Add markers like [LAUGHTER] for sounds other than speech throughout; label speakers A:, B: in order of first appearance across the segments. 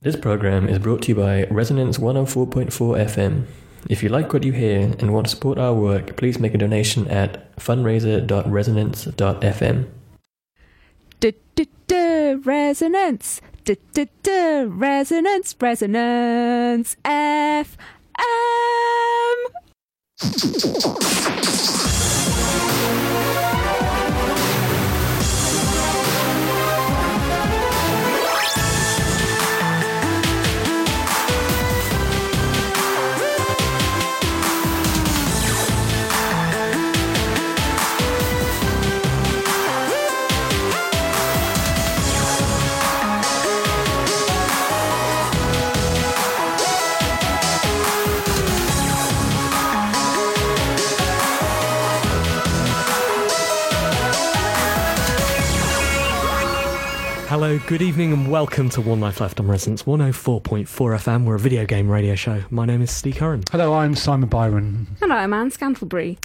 A: This program is brought to you by Resonance 104.4 FM. If you like what you hear and want to support our work, please make a donation at fundraiser.resonance.fm.
B: Du-du-du, resonance. Du-du-du, resonance, resonance. F M.
C: Hello, good evening, and welcome to One oh Life Left on Resonance 104.4 FM. We're a video game radio show. My name is Steve Curran.
D: Hello, I'm Simon Byron.
B: Hello, I'm Anne Scantlebury.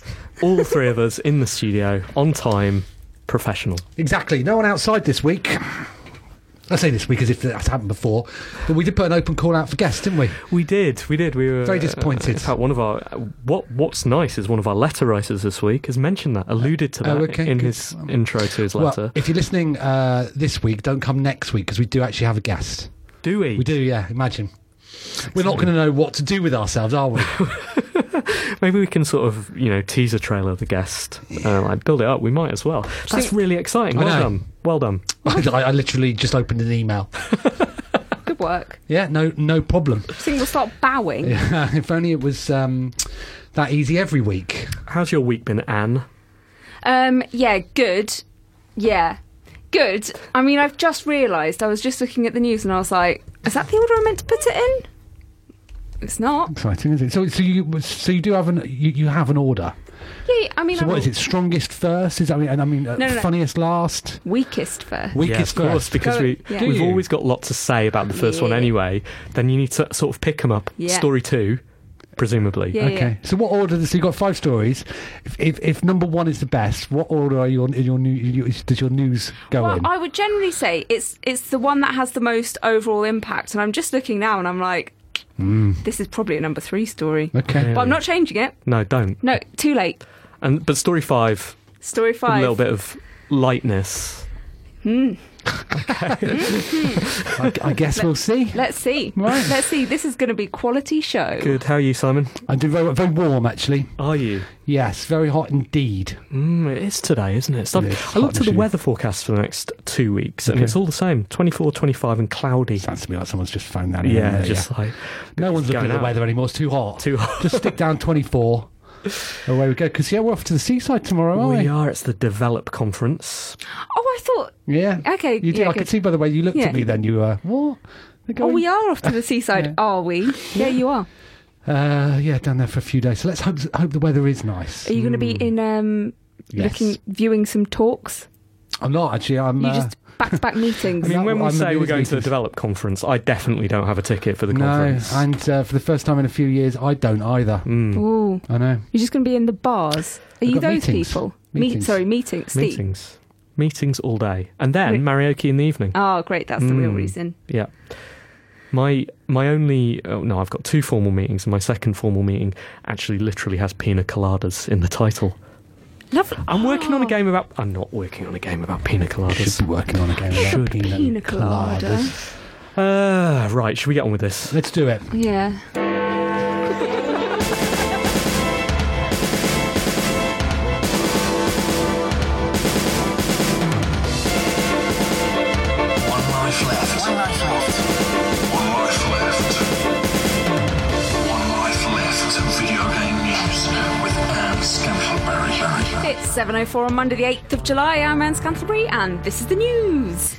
C: All three of us in the studio, on time, professional.
D: Exactly. No one outside this week. I say this week as if that's happened before, but we did put an open call out for guests, didn't we?
C: We did, we did. We were uh,
D: Very disappointed.
C: in fact, one of our what What's nice is one of our letter writers this week has mentioned that, alluded to that
D: Oh, okay,
C: in
D: good.
C: his intro to his letter.
D: Well, if you're listening uh, this week, don't come next week because we do actually have a guest.
C: do we?
D: We do, yeah. Imagine. We're not going to know what to do with ourselves, are we? [LAUGHS]
C: Maybe we can sort of you know tease a trailer of the guest, uh, like build it up. We might as well. That's really exciting.
D: I
C: Well
D: know.
C: done. Well done.
D: I, I literally just opened an email.
B: Good work.
D: Yeah, no, no problem. [LAUGHS]
B: Single start bowing.
D: if only it was um, that easy every week.
C: How's your week been, Anne?
B: Um, yeah, good. Yeah, good. I mean, I've just realised. I was just looking at the news and I was like, is that the order I meant to put it in? It's not.
D: Exciting, isn't it? So, so you, so you do have an, you, you have an order.
B: Yeah, I mean,
D: So
B: I'm
D: what is it? Strongest first? Is I mean, and I mean, uh,
B: No, no, no.
D: funniest last.
B: Weakest first.
D: Weakest
C: yeah, of course,
D: first.
C: because
B: Go-
C: we
B: yeah.
D: Do
C: we've
D: you?
C: always got lots to say about the first one
B: Yeah.
C: anyway. Then you need to sort of pick them up.
B: Yeah.
C: Story two, presumably.
B: Yeah, yeah.
D: Okay. So what order? So you got five stories. If, if if number one is the best, what order are you on? In your new, you- does your news go
B: Well,
D: in?
B: I would generally say it's it's the one that has the most overall impact. And I'm just looking now and I'm like,
D: Mm.
B: this is probably a number three story.
D: okay.
B: But I'm not changing it.
C: No, don't.
B: No, too late.
C: And but story five,
B: Story
C: a
B: five.
C: little bit of lightness.
D: I, I guess we'll see.
B: Let's see.
D: Right.
B: Let's see. This is going to be quality show.
C: Good. How are you, Simon?
D: I do very very warm actually.
C: Are you?
D: Yes, very hot indeed.
C: Mm, it is today, isn't it? So
D: It is
C: I looked at the
D: hot,
C: weather forecast for the next two weeks, and
D: Okay.
C: it's all the same: 24, 25, and cloudy.
D: Sounds to me like someone's just found that. in,
C: yeah,
D: uh,
C: just like
D: no one's
C: going
D: looking at
C: out.
D: the weather anymore. It's too hot.
C: Too hot.
D: Just stick down
C: [LAUGHS]
D: twenty four. Away we go. Because yeah, we're off to the seaside tomorrow, aren't we?
C: we are. It's the Develop Conference.
B: Oh, I thought.
D: Yeah.
B: Okay,
D: You did.
B: yeah,
D: I could
B: good.
D: see by the way you looked
B: Yeah.
D: at me. Then you were what? They're
B: Oh,
D: going-
B: we are off to the seaside,
D: Yeah.
B: are we? Yeah, you are.
D: Uh, yeah, down there for a few days. So let's hope hope the weather is nice.
B: Are you going to be in um,
D: Hmm. Yes.
B: looking, viewing some talks?
D: I'm not actually. I'm.
B: You
D: uh,
B: just back to back meetings.
D: [LAUGHS]
C: I mean,
D: that
C: when we
D: what I'm
C: say we're
D: amazed
C: going to the
D: is-
C: Develop Conference, I definitely don't have a ticket for the
D: no,
C: conference.
D: and uh, for the first time in a few years, I don't either.
B: Ooh,
D: I know.
B: you're just going to be in the bars. Are you
D: got
B: those
D: meetings.
B: people?
D: Meetings.
B: sorry, meetings. Steve.
C: Meetings. Meetings all day. And then
B: Wait.
C: karaoke in the evening.
B: Oh, great. That's the real
D: Hmm.
C: Mm.
B: reason.
C: Yeah. My my only oh, no, I've got two formal meetings and my second formal meeting actually literally has pina coladas in the title.
B: Lovely.
C: I'm working on
B: Ah.
C: a game about. I'm not working on a game about pina
D: Should
C: coladas.
D: be working on a game about
C: Should.
D: pina,
B: Pina colada.
D: coladas.
C: Uh, right, should we get on with this?
D: Let's do it.
B: Yeah.
E: One life left. One life left. One life left. One life left. Video game news with Anne Scantleberry.
B: It's 7.04 on Monday the 8th of July. I'm Anne Scantlebury and this is the news.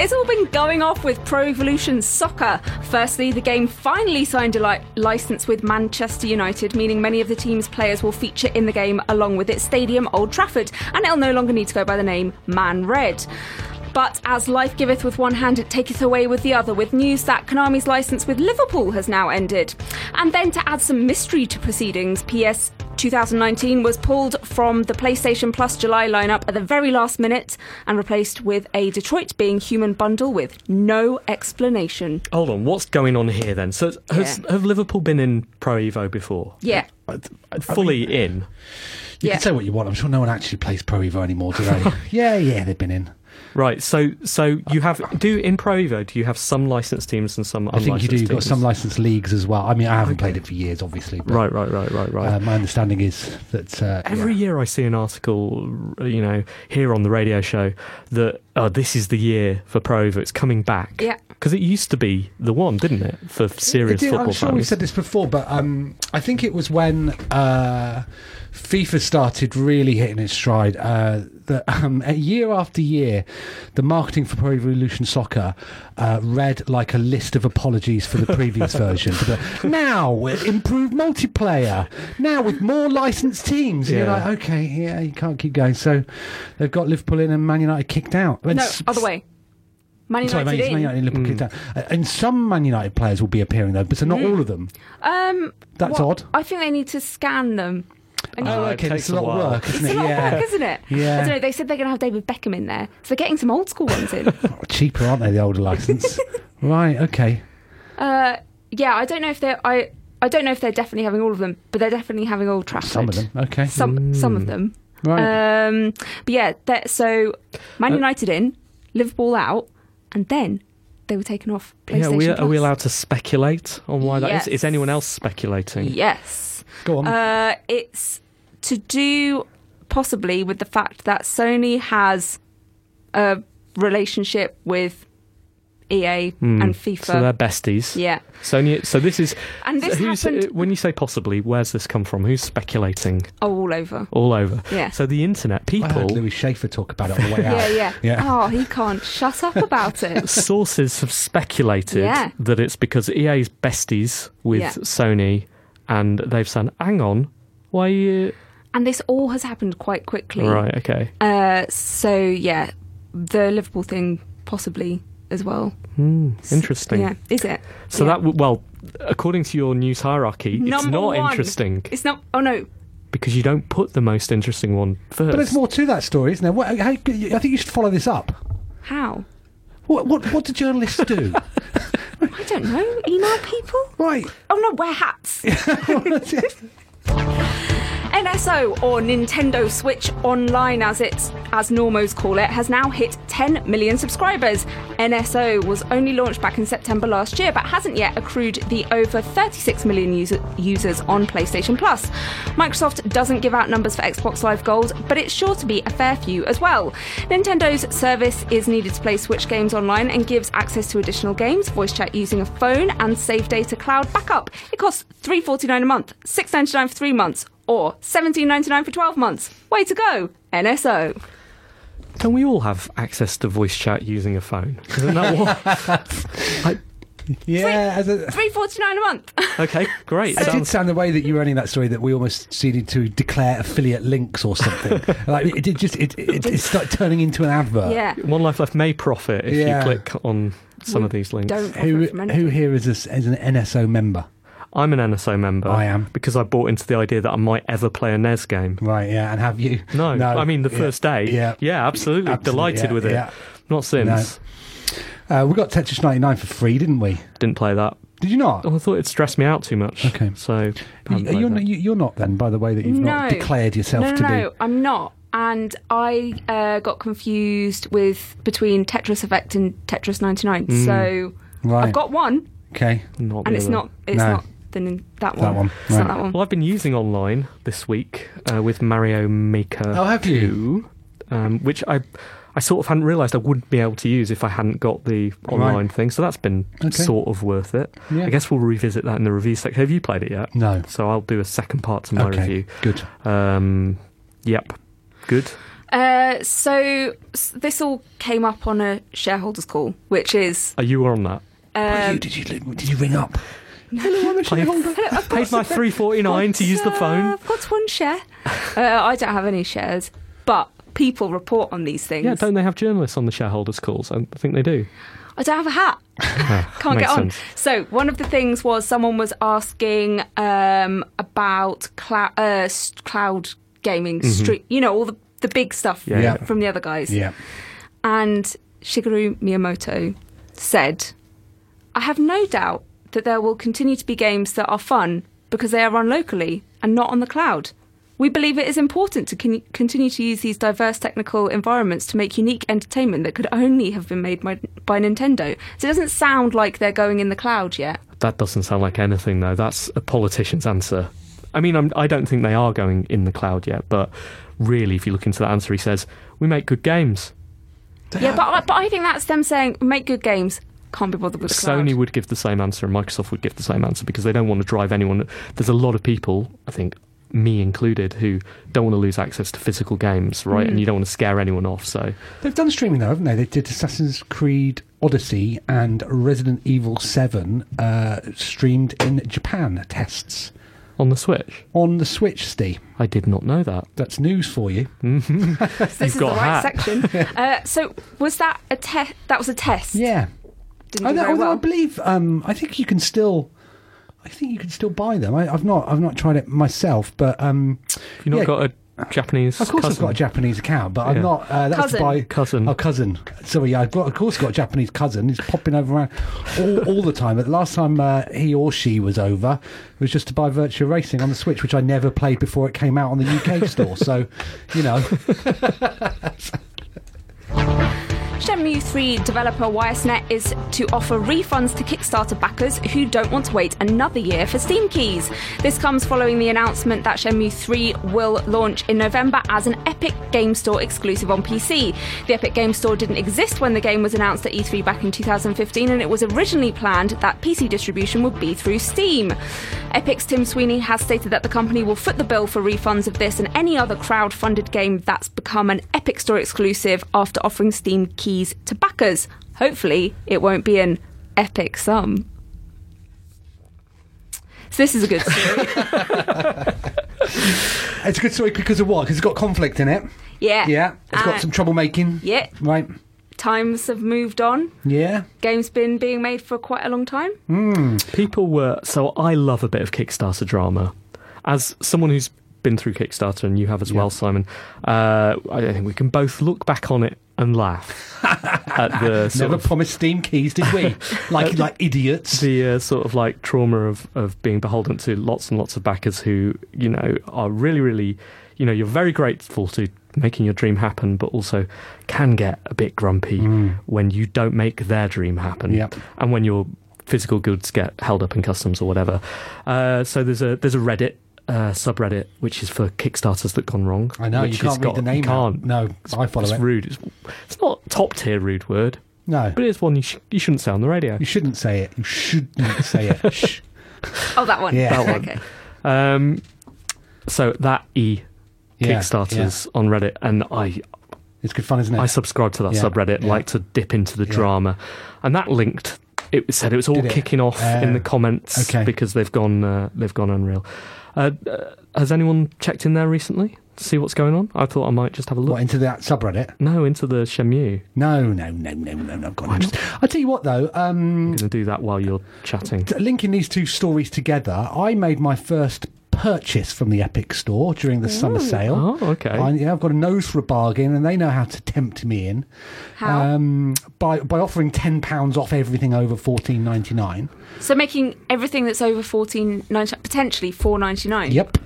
B: It's all been going off with Pro Evolution Soccer. Firstly, the game finally signed a li- license with Manchester United, meaning many of the team's players will feature in the game along with its stadium, Old Trafford, and it'll no longer need to go by the name Man Red. But as life giveth with one hand, it taketh away with the other, with news that Konami's license with Liverpool has now ended. And then to add some mystery to proceedings, PS 2019 was pulled from the PlayStation Plus July lineup at the very last minute and replaced with a Detroit being human bundle with no explanation.
C: Hold on, what's going on here then? So, has,
B: Yeah.
C: have Liverpool been in Pro Evo before? Uh,
B: Yeah.
C: Fully in.
D: You
B: Yeah.
D: can say what you want. I'm sure no one actually plays Pro Evo anymore,
B: [LAUGHS]
D: do they? yeah, yeah, they've been in.
C: Right, so so you have do in Pro Evo do you have some licensed teams and some
D: I
C: unlicensed
D: think you do. You've got
C: teams?
D: some licensed leagues as well. I mean, I haven't played it for years, obviously. But,
C: Right, right, right, right, right.
D: Uh, my understanding is that uh,
C: Every
D: yeah.
C: year I see an article, you know, here on the radio show that oh, this is the year for Pro Evo. It's coming back.
B: Yeah.
C: Because it used to be the one, didn't it, for serious
D: It did-
C: football
D: I'm sure
C: fans?
D: we've said this before, but um, I think it was when uh, FIFA started really hitting its stride. Uh, that um, year after year, the marketing for Pro Evolution Soccer uh, read like a list of apologies
C: [LAUGHS]
D: for the previous version. For the, now with improved multiplayer. Now with more licensed teams. And You're
C: Yeah.
D: like, okay, yeah, you can't keep going. So they've got Liverpool in and Man United kicked out. And
B: No,
D: s-
B: other way. Man
D: Sorry, Man
B: United
D: Man
B: in.
D: United, Liverpool kicked out.
C: Mm.
D: Uh, And some Man United players will be appearing though, but so not all of them.
B: Um,
D: That's
B: Mm. what-
D: odd.
B: I think they need to scan them. And
D: Oh,
C: Uh, it
D: okay.
C: takes
D: It's a
C: a
D: lot
C: while.
D: of work, isn't
B: It's
D: it?
B: a lot
D: yeah.
B: of work, isn't it?
D: Yeah.
B: I don't know, they said they're going to have David Beckham in there, so they're getting some old school ones
D: [LAUGHS]
B: in.
D: Cheaper, aren't they? The older
B: [LAUGHS]
D: license. right. Okay.
B: Uh, yeah, I don't know if they're. I, I don't know if they're definitely having all of them, but they're definitely having Old Trafford.
D: Some of them. Okay. Hmm.
B: Some some of them.
D: right.
B: Um, but yeah, that, so Man
C: Uh,
B: United in, Liverpool out, and then they were taken off PlayStation.
C: yeah, are we, are we
B: Plus.
C: allowed to speculate on why that
B: Yes.
C: is? Is anyone else speculating?
B: Yes.
D: Go on.
B: Uh, it's to do possibly with the fact that Sony has a relationship with EA and FIFA.
C: Hmm. So they're besties.
B: yeah.
C: Sony. So this is.
B: And this
C: who's, uh,
B: happened-
C: When you say possibly, where's this come from? Who's speculating
B: Oh, all over.
C: all over?
B: Yeah.
C: Oh, So the internet
D: I heard
C: people.
D: Louis Schaefer talk about it on
B: [LAUGHS]
D: the way out.
B: Yeah, yeah.
D: Yeah.
B: Oh, he can't shut up about
C: [LAUGHS]
B: it.
C: Sources have speculated
B: Yeah.
C: that it's because EA's besties with
B: Yeah.
C: Sony, and they've said, "Hang on, why?" You...
B: And this all has happened quite quickly.
C: Right, okay.
B: Uh, so yeah, the Liverpool thing possibly as well.
C: Interesting.
B: Yeah, is it?
C: So
B: Yeah.
C: that w- well, according to your news hierarchy, it's
B: Number
C: not
B: one.
C: interesting
B: It's not. Oh no.
C: because you don't put the most interesting one first.
D: But there's more to that story, isn't there? What, how, I think you should follow this up.
B: How?
D: What What, what do journalists
B: [LAUGHS]
D: do?
B: I don't know. Email people.
C: [LAUGHS]
B: [LAUGHS]
D: right. [LAUGHS]
B: Oh no, wear hats. NSO or Nintendo Switch Online, as it's as normos call it, has now hit 10 million subscribers. NSO was only launched back in September last year, but hasn't yet accrued the over 36 million user- users on PlayStation Plus. Microsoft doesn't give out numbers for Xbox Live Gold, but it's sure to be a fair few as well. Nintendo's service is needed to play Switch games online and gives access to additional games, voice chat using a phone, and save data cloud backup. It costs 3.49 a month, 6.99 for three months or seventeen ninety nine for twelve months. Way to go, NSO.
C: Can we all have access to voice chat using a phone? Isn't that what? [LAUGHS] I-
D: Yeah. As a,
B: Three forty nine a
D: [LAUGHS]
B: month.
C: okay, great.
D: it did
C: Sounds-
D: sound the way that you were running that story that we almost needed to declare affiliate links
C: [LAUGHS]
D: or something. like it, it just it, it, it started turning into an advert.
B: yeah,
C: One Life Left may profit if
D: Yeah.
C: you click on some of these links.
B: don't
D: Who
B: who, from anything.
D: Who here is a, is an NSO member?
C: I'm an NSO member.
D: I am.
C: Because I bought into the idea that I might ever play a NES game.
D: Right. Yeah. And have you?
C: No, I mean, the
D: yeah,
C: first day.
D: Yeah.
C: Yeah, absolutely.
D: Absolutely,
C: Delighted
D: yeah,
C: with it.
D: yeah.
C: Not Sims.
D: Uh, we got Tetris 99 for free, didn't we?
C: Didn't play that.
D: Did you not?
C: Oh, I thought it stressed me out too much.
D: Okay.
C: So I haven't
D: Y-
C: played
D: You're
C: that.
D: not, you- you're not then, by the way, that you've not declared yourself
B: no, no,
D: to
B: no,
D: be.
B: I'm not. And I uh, got confused with between Tetris Effect and Tetris 99. So
D: Mm. Right.
B: I've got one,
D: Okay.
C: Not
B: and
C: the
B: it's
C: other.
B: not. It's
D: No.
B: not the, nin- that one.
D: That one,
B: It's
D: right.
B: not that one.
C: Well, I've been using online this week uh, with Mario Maker.
D: Oh, have you?
C: 2, Um, which I, I sort of hadn't realised I wouldn't be able to use if I hadn't got the online thing. So that's been
D: Okay.
C: sort of worth it.
D: Yeah.
C: I guess we'll revisit that in the review section. Have you played it yet?
D: No.
C: So I'll do a second part to my
D: okay.
C: review.
D: Good.
C: Um, yep. Good.
B: Uh, so s- this all came up on a shareholders call, which is
C: Are you on that?
B: Um,
D: What did, you, did you did you ring up?
B: [LAUGHS]
D: Hello, I'm a shareholder.
C: Paid my three forty nine to use the
B: Uh,
C: phone.
B: I've got one share. [LAUGHS] uh, I don't have any shares, but people report on these things.
C: Yeah, don't they have journalists on the shareholders calls? I think they do.
B: I don't have a
C: [LAUGHS]
B: hat. Can't
C: makes
B: get on.
C: sense.
B: So one of the things was someone was asking um, about clou- uh, s- cloud gaming, street, you know, all the, the big stuff
C: Mm-hmm. Yeah,
D: Yeah.
B: from the other guys.
D: Yeah.
B: And Shigeru Miyamoto said, I have no doubt that there will continue to be games that are fun because they are run locally and not on the cloud. We believe it is important to con- continue to use these diverse technical environments to make unique entertainment that could only have been made by, by Nintendo. So it doesn't sound like they're going in the cloud yet.
C: That doesn't sound like anything, though. That's a politician's answer. I mean, I'm, I don't think they are going in the cloud yet, but really, if you look into that answer, he says, We make good games.
B: Yeah, but I, but I think that's them saying make good games. Can't be bothered with the cloud.
C: Sony would give the same answer and Microsoft would give the same answer because they don't want to drive anyone. There's a lot of people, I think, me included, who don't want to lose access to physical games, right?
D: Hmm.
C: And you don't want to scare anyone off, so.
D: They've done streaming though, haven't they? They did Assassin's Creed Odyssey and Resident Evil Seven uh, streamed in Japan tests
C: On the Switch.
D: on the Switch. Steve,
C: I did not know that.
D: that's news for you.
B: [LAUGHS] Hmm. this is
C: got
B: the
C: a
B: right
C: hat. [LAUGHS]
B: section. uh, so was that a test? That was a test.
D: Yeah, Oh,
B: Didn't
D: I,
B: do
D: know-
B: very
D: although I
B: well.
D: believe um, I think you can still. I think you can still buy them. I, I've not. I've not tried it myself, but um,
C: Have you not
D: yeah,
C: got a Japanese
D: Of course,
C: cousin?
D: I've got a Japanese account, but
C: Yeah.
D: I'm not. Uh, that's
B: Cousin.
D: by
C: Cousin.
D: Oh, cousin. So yeah, I've got. Of course, got a Japanese cousin. He's popping over around all, all the time. But the last time uh, he or she was over was just to buy Virtua Racing on the Switch, which I never played before it came out
B: [LAUGHS]
D: on the UK store. So, you know,
B: Shenmue 3 developer YSNet is to offer refunds to Kickstarter backers who don't want to wait another year for Steam keys. This comes following the announcement that Shenmue 3 will launch in November as an Epic Game Store exclusive on PC. The Epic Game Store didn't exist when the game was announced at E3 back in 2015, and it was originally planned that PC distribution would be through Steam. Epic's Tim Sweeney has stated that the company will foot the bill for refunds of this and any other crowd-funded game that's become an Epic Store exclusive after offering Steam keys to backers. Hopefully, it won't be an epic sum. So this is a good
D: [LAUGHS]
B: story.
D: it's a good story because of what? Because it's got conflict in it.
B: yeah.
D: Yeah, it's
B: Uh,
D: got some troublemaking.
B: Yeah.
D: Right.
B: Times have moved on.
D: Yeah.
B: Game's been being made for quite a long time.
C: People were so I love a bit of Kickstarter drama. As someone who's been through Kickstarter and you have as well, Simon, uh, I think we can both look back on it and laugh at the sort
D: Never
C: of Uh,
D: promised Steam keys,
C: [LAUGHS]
D: did we? like like idiots.
C: the uh, sort of like trauma of, of being beholden to lots and lots of backers who you know are really really you know you're very grateful to making your dream happen but also can get a bit grumpy when you don't make their dream happen
D: Mm. Yep.
C: and when your physical goods get held up in customs or whatever uh, so there's a there's a reddit uh, subreddit which is for kickstarters that gone wrong
D: I know you
C: which has
D: can't read
C: got-
D: the name.
C: you
D: out.
C: can't
D: No, I follow
C: it's
D: it.
C: rude it's, it's not top tier rude word
D: No.
C: but it's one you, sh- you shouldn't say on the radio
D: You shouldn't say it. You shouldn't say
C: [LAUGHS]
D: it. Shh.
B: Oh, that one.
D: Yeah. That one.
B: Okay.
C: Um, so that e
D: [LAUGHS] Yeah,
C: Kickstarters on Reddit, and I
D: It's good fun, isn't it?
C: I subscribe to that
D: Yeah,
C: subreddit,
D: yeah.
C: like to dip into the drama, and that linked. It said it was all
D: Did it?
C: kicking off in the
D: Oh,
C: comments
D: okay.
C: because they've gone uh, they've gone unreal. Uh, uh, has anyone checked in there recently to see what's going on? I thought I might just have a look.
D: What into that subreddit?
C: No, into the Shemu.
D: No, no, no, no, no, no. God, I'm just, I tell you what though. Um,
C: I'm going to do that while you're chatting.
D: t- linking these two stories together, I made my first purchase from the Epic Store during the summer sale.
C: Oh, okay.
D: I, yeah, I've got a nose for a bargain, and they know how to tempt me in
B: How?
D: um, by by offering ten pounds off everything over fourteen ninety nine.
B: so making everything that's over fourteen ninety potentially four ninety nine.
D: Yep.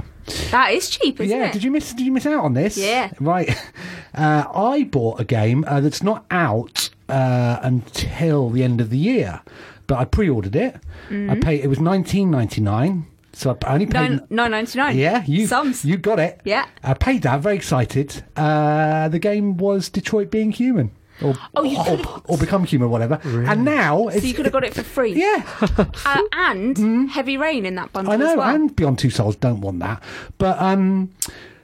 B: That is cheap, isn't
D: yeah,
B: it?
D: did you miss? Did you miss out on this?
B: Yeah.
D: Right. [LAUGHS] Uh, I bought a game uh, that's not out uh, until the end of the year, but I pre-ordered it. I paid. It was nineteen ninety nine, so I only
B: Mm.
D: paid.
B: Nine nine ninety nine.
D: yeah, you
B: Sums.
D: you got it.
B: Yeah.
D: I paid that. Very excited. Uh, the game was Detroit Being Human, or
B: Oh, you
D: or,
B: could've-
D: or become human, whatever. And now it's
B: so you could have got it for free.
D: yeah. Hmm.
B: Uh, and heavy rain in that bundle
D: I know,
B: as well.
D: and Beyond Two Souls don't want that. But um,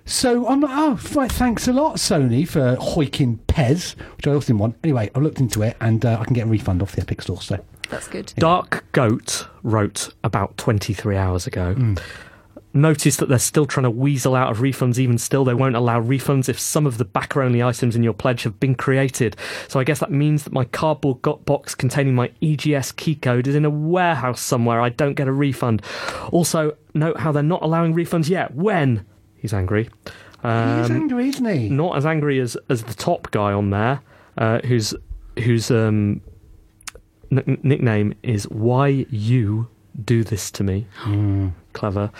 D: so I'm like, oh, right, thanks a lot, Sony, for hoiking Pez, which I also didn't want. Anyway, I've looked into it, and uh, I can get a refund off the Epic Store. So
B: That's good.
C: Dark Goat wrote about 23 hours ago. Notice that they're still trying to weasel out of refunds. Even still, they won't allow refunds if some of the backer only items in your pledge have been created. So I guess that means that my cardboard got box containing my EGS key code is in a warehouse somewhere. I don't get a refund. Also, note how they're not allowing refunds yet. When? He's angry. Um,
D: he's angry, isn't he?
C: not as angry as as the top guy on there, uh, whose whose um, n- nickname is "Why You Do This to Me." Clever.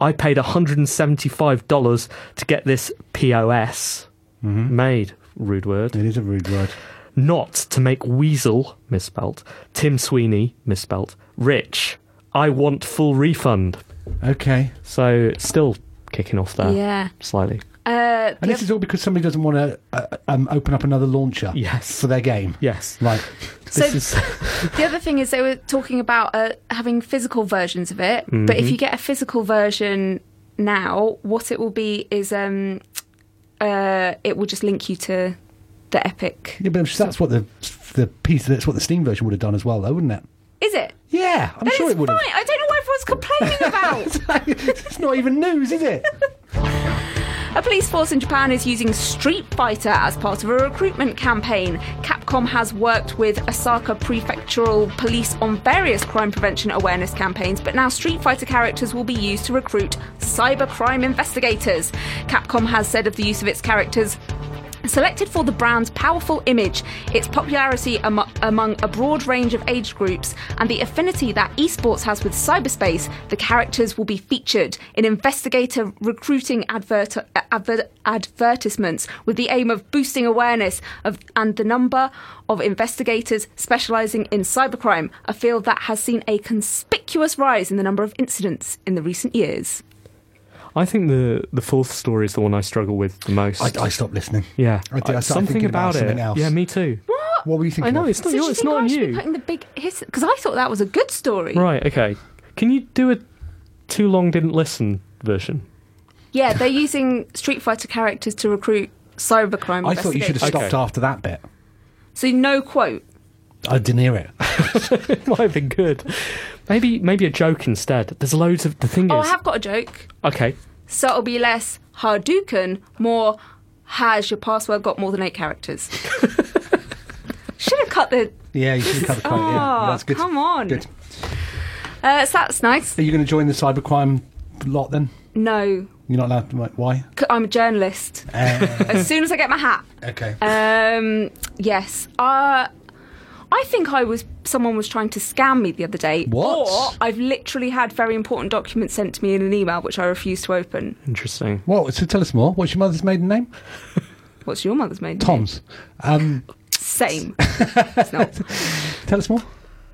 C: I paid $175 to get this POS made. Rude word.
D: It is a rude word.
C: Not to make Weasel, misspelt, Tim Sweeney, misspelt, rich. I want full refund.
D: Okay,
C: So still kicking off there.
B: Yeah.
C: Slightly.
B: Uh,
D: and this is all because somebody doesn't want to uh, um, open up another launcher.
C: Yes.
D: for their game.
C: Yes.
D: Right.
B: so
C: This is.
B: the other thing is they were talking about uh, having physical versions of it, but
D: Mm-hmm.
B: if you get a physical version now, what it will be is um, uh, it will just link you to the Epic.
D: Yeah, but I'm sure that's what the the piece. That's what the Steam version would have done as well, though, wouldn't it?
B: Is it?
D: Yeah, I'm
B: That
D: sure
B: is
D: it would
B: fine. I don't know what everyone's complaining
D: [LAUGHS]
B: about.
D: have. it's not even news, is it?
B: A police force in Japan is using Street Fighter as part of a recruitment campaign. Capcom has worked with Osaka Prefectural Police on various crime prevention awareness campaigns, but now Street Fighter characters will be used to recruit cybercrime investigators. Capcom has said of the use of its characters, Selected for the brand's powerful image, its popularity amo- among a broad range of age groups, and the affinity that esports has with cyberspace, the characters will be featured in investigator recruiting advert- uh, adver- advertisements with the aim of boosting awareness of and the number of investigators specialising in cybercrime, a field that has seen a conspicuous rise in the number of incidents in the recent years.
C: I think the the fourth story is the one I struggle with the most.
D: I, I stopped listening.
C: yeah,
D: I did. I started
C: something
D: thinking
C: about,
D: about something
C: it.
D: else.
C: Yeah, me too.
D: What were you
C: I
D: thinking?
C: know
D: of?
C: it's
B: So
C: not
B: do
C: you.
B: you
C: It's
B: think
C: not
B: I
C: on
B: should be
C: you.
B: putting the big hiss because I thought that was a good story.
C: Right. Okay. Can you do a too long didn't listen version? [LAUGHS]
B: Yeah, they're using Street Fighter characters to recruit cybercrime
D: I thought you should have
B: investigators.
D: stopped
C: Okay.
D: after that bit.
B: So no quote.
D: I didn't hear it.
C: it might have been good. Maybe maybe a joke instead. There's loads of the thing
B: Oh, I
C: is.
B: have got a joke.
C: Okay.
B: So it'll be less Hadouken, more has your password got more than eight
D: [LAUGHS]
B: characters? should have cut the.
D: [LAUGHS] Yeah, you should have cut the quote.
B: Oh,
D: yeah. That's good.
B: come on.
D: Good.
B: Uh, so that's nice.
D: Are you going to join the cybercrime lot then?
B: No,
D: You're not allowed. To, like, why?
B: c- I'm a journalist. as soon as I get my hat.
D: Uh, [LAUGHS] Okay.
B: Um, yes. Uh, I think I was. Someone was trying to scam me the other day.
D: What?
B: Or I've literally had very important documents sent to me in an email which I refuse to open.
C: Interesting.
D: well, so tell us more. What's your mother's maiden name?
B: What's your mother's maiden name?
D: Tom's. Um,
B: Same.
D: [LAUGHS]
B: it's not.
D: tell us more.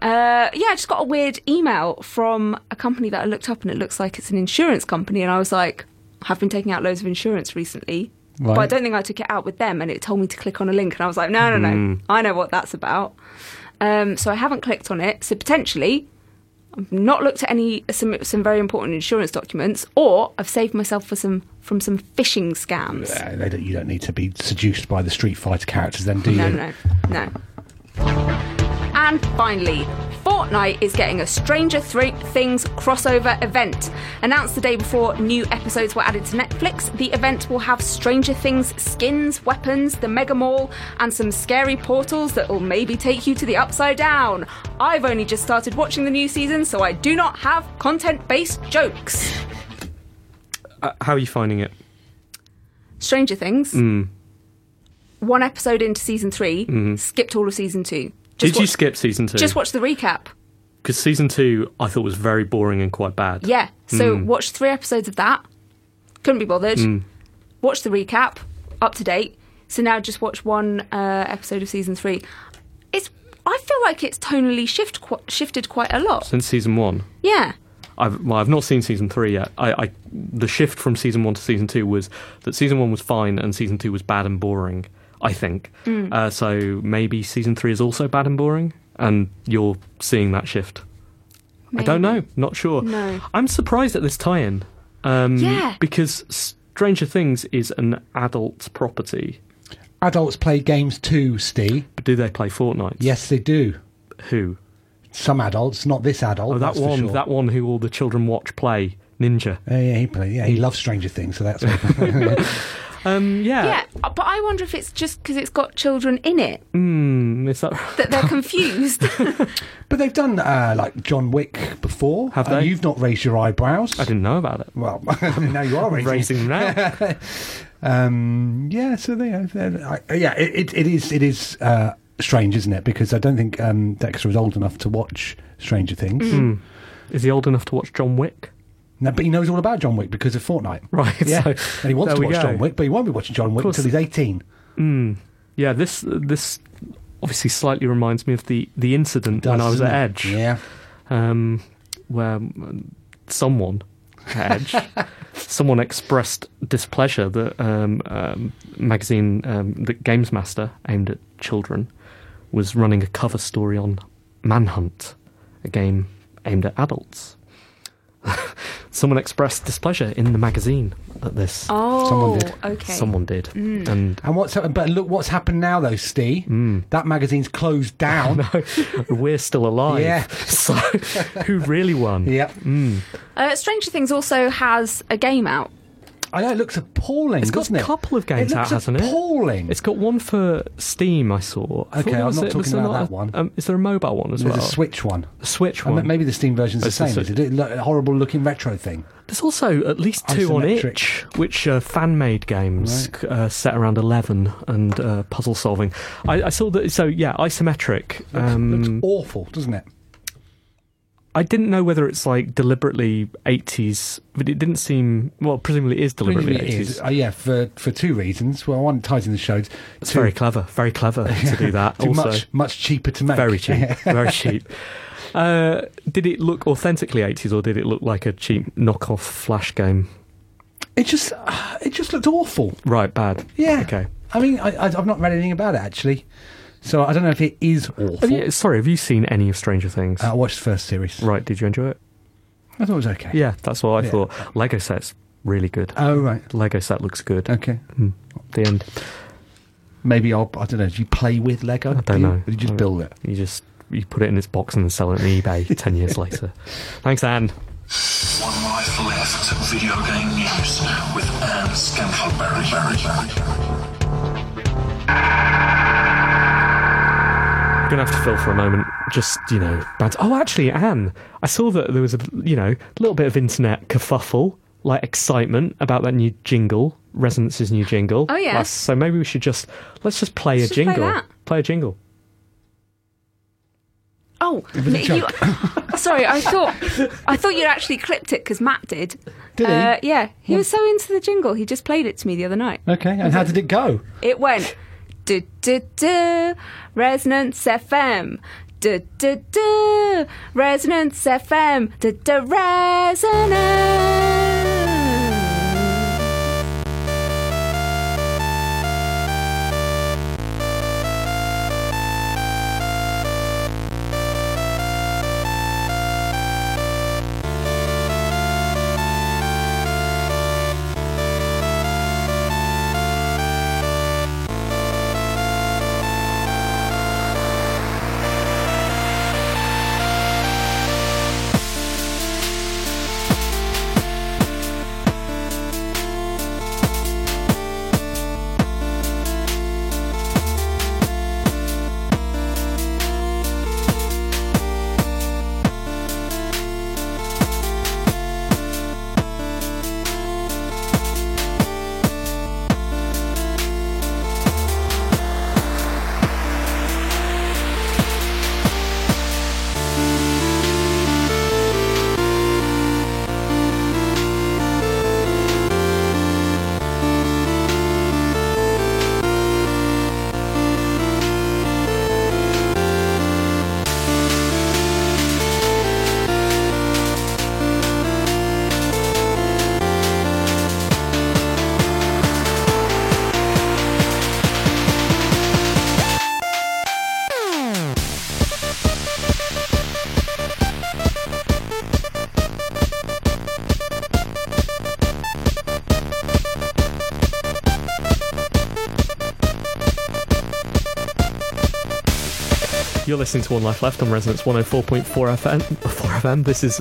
B: Uh, yeah, I just got a weird email from a company that I looked up, and it looks like it's an insurance company. And I was like, I've been taking out loads of insurance recently, but I
D: Right.
B: don't think I took it out with them. And it told me to click on a link, and I was like, no, no, no,
D: Hmm.
B: I know what that's about. Um, so I haven't clicked on it. So potentially, I've not looked at any some some very important insurance documents, or I've saved myself for some from some phishing scams.
D: Uh, they don't, you don't need to be seduced by the Street Fighter characters, then, do you?
B: No, no, no. And finally, Fortnite is getting a Stranger Thri- Things crossover event. Announced the day before new episodes were added to Netflix, the event will have Stranger Things skins, weapons, the Mega Mall, and some scary portals that will maybe take you to the upside down. I've only just started watching the new season, so I do not have content based jokes.
C: uh, how are you finding it?
B: Stranger Things.
C: Mm.
B: One episode into season three, skipped all of season two.
C: Mm-hmm. Did you
B: watch-
C: skip season two?
B: Just watch the recap.
C: because season two I thought was very boring and quite bad.
B: Yeah. So watched three episodes of that. Couldn't be bothered. Watched the recap. Up to date. So now just watch one uh, episode of season three. It's. I feel like it's tonally shift qu- shifted quite a lot.
C: Since season one,
B: Yeah.
C: I've well, I've not seen season three yet. I, I the shift from season one to season two was that season one was fine and season two was bad and boring. I think.
B: Mm.
C: Uh, so maybe season three is also bad and boring, and you're seeing that shift. I don't know. Not sure.
B: No.
C: I'm surprised at this tie-in. Um,
B: Yeah.
C: Because Stranger Things is an adult property.
D: Adults play games too, Steve.
C: But do they play Fortnite?
D: Yes, they do.
C: Who?
D: Some adults, not this adult.
C: Oh, that
D: that's for
C: one.
D: sure.
C: That one who all the children watch play Ninja.
D: Uh, yeah, he play, yeah, he loves Stranger Things, so that's.
C: Um, yeah.
B: Yeah. But I wonder if it's just because it's got children in it
C: Mm, is that [LAUGHS]
B: that they're confused.
D: but they've done uh, like John Wick before.
C: Have
D: and
C: they?
D: You've not raised your eyebrows.
C: I didn't know about it.
D: Well, [LAUGHS]
C: [LAUGHS]
D: now you are raising.
C: Raising
D: [LAUGHS]
C: now.
D: Um, yeah, so they. Uh, I, yeah, it, it, it is. It is uh, strange, isn't it? Because I don't think um, Dexter is old enough to watch Stranger Things.
C: Hmm. Is he old enough to watch John Wick?
D: No, but he knows all about John Wick because of Fortnite.
C: [LAUGHS] Right,
D: Yeah.
C: so
D: and he wants
C: there
D: to
C: we
D: watch
C: go.
D: John Wick, but he won't be watching John Wick
C: course.
D: until he's eighteen.
C: Yeah. This this obviously slightly reminds me of the the incident when I was
D: doesn't
C: at
D: it?
C: Edge,
D: Yeah.
C: um, where um, someone at Edge.
D: [LAUGHS]
C: Someone expressed displeasure that um, um, magazine um, that Games Master aimed at children was running a cover story on Manhunt, a game aimed at adults. [LAUGHS] Someone expressed displeasure in the magazine at this.
B: oh.
D: Someone did.
B: Okay.
C: Someone did,
D: Hmm.
C: and
D: And what's happened? But look, what's happened now, though, Steve?
C: Hmm.
D: That magazine's closed
C: [LAUGHS]
D: down.
C: we're still alive.
D: Yeah.
C: [LAUGHS] So, who really won?
D: Yep.
B: Uh, Stranger Things also has a game out.
D: I know it looks appalling.
C: It's got
D: doesn't
C: a
D: it?
C: couple of games
D: it
C: out,
D: looks
C: hasn't it?
D: appalling.
C: It's got one for Steam. I saw. I thought
D: Okay,
C: there
D: I'm
C: was
D: not
C: a-
D: talking
C: was there
D: about
C: not
D: that
C: a-
D: one.
C: Um, is there a mobile one as
D: There's
C: well?
D: a Switch one.
C: A Switch
D: And
C: one.
D: maybe the Steam version's the
C: It's the
D: same.
C: Switch.
D: Is it a lo- horrible looking retro thing?
C: There's also at least two on
D: Isometric.
C: itch, which are fan made games c- uh, set around eleven and uh, puzzle solving. I, I saw that. So yeah, isometric. Um,
D: looks awful, doesn't it?
C: I didn't know whether it's like deliberately 80s, but it didn't seem. Well, presumably it is deliberately
D: Really
C: 80s.
D: it is. Uh, yeah, for for two reasons. Well, one ties in the shows.
C: It's
D: Two,
C: very clever, very
D: [LAUGHS]
C: clever to do that.
D: two
C: also,
D: much much cheaper to make.
C: very
D: [LAUGHS]
C: cheap, very cheap. Uh, did it look authentically 80s or did it look like a cheap knockoff flash game?
D: It just uh, it just looked awful.
C: Right, bad.
D: Yeah.
C: Okay.
D: I mean, I, I, I've not read anything about it actually, so I don't know if it is awful.
C: Have you, sorry, have you seen any of Stranger Things?
D: Uh, I watched the first series.
C: right, did you enjoy it?
D: I thought it was okay.
C: Yeah, that's what I
D: Yeah.
C: thought. Lego set's really good.
D: Oh right.
C: Lego set looks good.
D: Okay.
C: the end.
D: Maybe I'll. I don't know. Do you play with Lego?
C: I don't
D: Do you,
C: know. Uh,
D: Or do you just
C: I-
D: build it?
C: You just you put it in its box and then sell it on
D: [LAUGHS]
C: eBay 10 years later. Thanks, Anne.
E: One Life Left Video Game News with Anne Scantleberry.
C: Gonna have to fill for a moment. Just you know, bad. Oh, actually, Anne, I saw that there was a you know little bit of internet kerfuffle, like excitement about that new jingle, Resonance's new jingle.
B: Oh, yeah.
C: Last- so maybe we should just let's just play
B: Let's
C: a
B: just play
C: jingle.
B: that.
C: a jingle.
B: Oh,
D: was a
B: Nick, you- [LAUGHS] sorry. I thought I thought you'd actually clipped it because Matt did.
D: Did he?
B: Uh, yeah, he was so into the jingle, he just played it to me the other night.
D: Okay. And how did it go?
B: It went du du du Resonance FM. Du du du Resonance FM. Du du Resonance.
C: You're listening to One oh Life Left on Resonance 104.4 FM. 4 FM. This is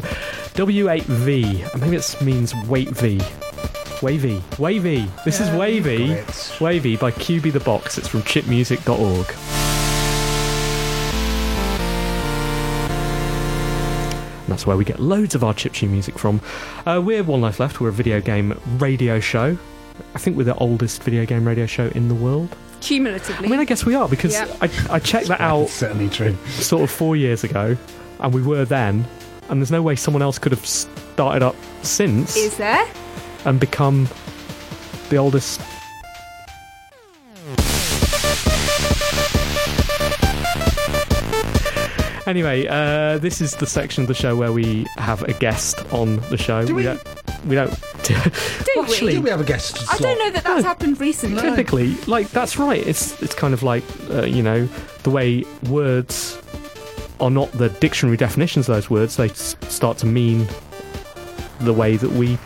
C: W8V. Maybe it means Wait V. Wavy. Wavy. This is Wavy. Wavy by QB the Box. It's from chipmusic.org. And that's where we get loads of our chip tune music from. Uh, we're One Life Left. We're a video game radio show. I think we're the oldest video game radio show in the world.
B: Cumulatively.
C: I mean, I guess we are because
B: Yeah.
C: I, I checked that
B: Oh.
D: That's
C: out
D: certainly true.
C: sort of four years ago, and we were then, and there's no way someone else could have started up since
B: is there?
C: and become the oldest. Anyway, uh, this is the section of the show where we have a guest on the show.
D: Do we-
C: don't. We don't.
B: Do we?
C: Actually,
D: Do we have a guest?
B: I don't know that that's happened recently.
C: typically like that's right it's it's kind of like uh, you know the way words are not the dictionary definitions of those words they s- start to mean the way that we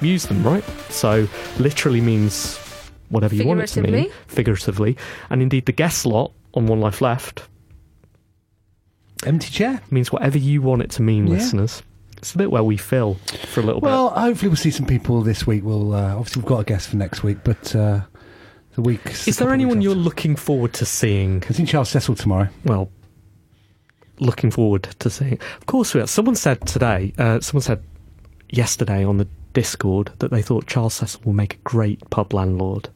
C: use them right so literally means whatever you want it to mean figuratively and indeed the guest slot on one life left
D: Empty chair.
C: means whatever you want it to mean
D: Yeah.
C: listeners it's a bit where we fill for a little bit
D: Well,
B: Uh,
D: hopefully we'll see some people this week. We'll uh, obviously we've got a guest for next week, but uh, the week.
C: is there anyone you're looking forward to seeing
D: It's in Charles Cecil tomorrow.
C: well, looking forward to seeing. Of course, we are. Someone said today, uh, someone said yesterday on the Discord that they thought Charles Cecil will make a great pub landlord.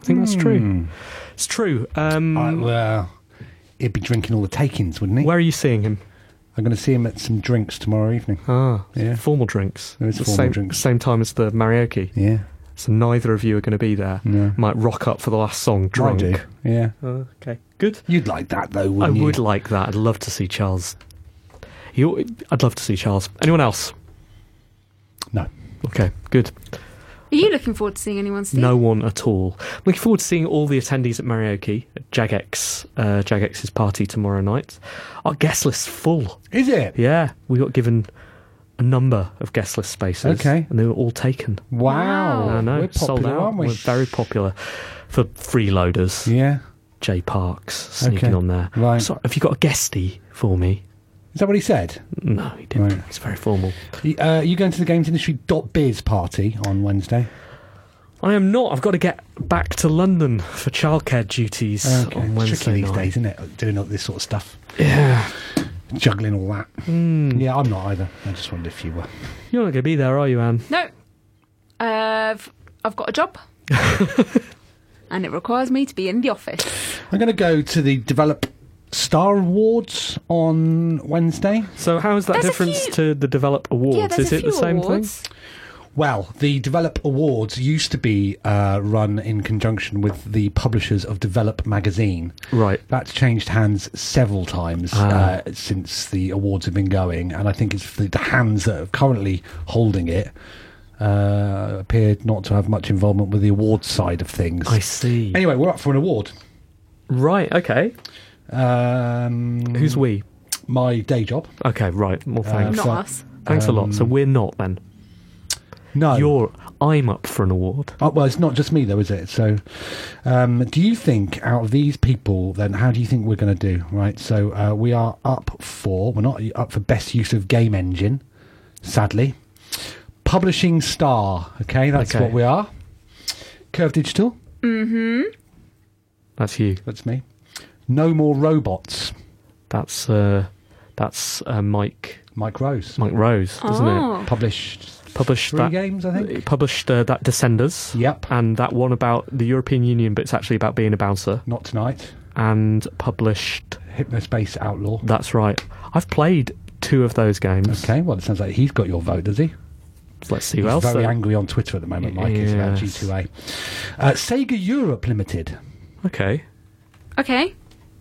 C: I think that's
D: Hmm.
C: true. It's true. Um,
D: I, well, he'd be drinking all the takings, wouldn't he?
C: where are you seeing him?
D: I'm going to see him at some drinks tomorrow evening.
C: Ah,
D: Yeah.
C: formal drinks.
D: There is
C: The
D: formal
C: same,
D: drinks.
C: Same time as the mariachi.
D: Yeah,
C: So neither of you are going to be there.
D: No.
C: Might rock up for the last song
D: I
C: drunk.
D: do. Yeah,
C: Uh, okay, good.
D: you'd like that though,
C: I
D: wouldn't you?
C: would like that. I'd love to see Charles. You, I'd love to see Charles. Anyone else?
D: No.
C: Okay, good.
B: Are you looking forward to seeing anyone, Steve?
C: No one at all. Looking forward to seeing all the attendees at Marioki, at Jagex, uh, Jagex's party tomorrow night. Our guest list's full.
D: Is it?
C: Yeah, we got given a number of guest list spaces.
D: Okay.
C: And they were all taken.
D: Wow.
C: I know,
D: We're popular,
C: sold out.
D: aren't we?
C: are very popular for freeloaders.
D: Yeah.
C: Jay Parks sneaking
D: Okay,
C: on there.
D: right.
C: Sorry, have you got a guestie for me?
D: Is that what he said?
C: No, he didn't.
D: Right.
C: It's very formal.
D: Y- Uh, you going to the gamesindustry.biz party on Wednesday?
C: I am not. I've got to get back to London for childcare duties Uh, on
D: It's
C: Wednesday
D: tricky these
C: night.
D: days, isn't it? Doing all this sort of stuff,
C: Yeah.
D: juggling all that.
C: Hmm.
D: Yeah, I'm not either. I just wondered if you were.
C: You're not going to be there, are you, Anne?
B: No. Uh, I've, I've got a
D: [LAUGHS]
B: job. and it requires me to be in the office.
D: I'm going to go to the Develop Star Awards on Wednesday.
C: So how is that
B: There's a
C: difference
B: few-
C: to the Develop Awards?
B: yeah, there's
C: is
B: a
C: it
B: few
C: the same
B: awards.
C: thing?
D: Well, the Develop Awards used to be uh, run in conjunction with the publishers of Develop magazine.
C: Right.
D: That's changed hands several times
C: Ah.
D: uh, since the awards have been going, and I think it's the, the hands that are currently holding it uh, appear not to have much involvement with the awards side of things.
C: I see.
D: Anyway, we're up for an award.
C: Right. Okay.
D: Um,
C: Who's we?
D: my day job?
C: Okay. Right.
D: Um,
C: Well, thanks.
B: Not
D: So-
B: us.
C: thanks a
D: um,
C: lot. So we're not then.
D: No,
C: You're. I'm up for an award.
D: Oh, well, it's not just me, though, is it? So, um, do you think out of these people, then, how do you think we're going to do? Right. So, uh, we are up for, we're not up for best use of game engine, sadly. Publishing star. Okay. That's
C: Okay.
D: what we are. Curve Digital.
C: That's you.
D: That's me. No more robots.
C: That's uh, that's uh, Mike
D: Mike Rose.
C: Mike Rose, isn't
B: Oh.
D: Published
C: it? Published
D: three
C: that.
D: games, I think.
C: it Published uh, that Descenders.
D: Yep.
C: And that one about the European Union, but it's actually about being a bouncer.
D: Not tonight.
C: And published.
D: Hypnospace Outlaw.
C: That's right. I've played two of those games.
D: Okay. Well, it sounds like he's got your vote, does he?
C: Let's see who
D: He's
C: else.
D: very
C: then.
D: angry on Twitter at the moment, Mike. It's about
C: Yes.
D: G2A. Uh, Sega Europe Limited.
C: Okay.
B: Okay.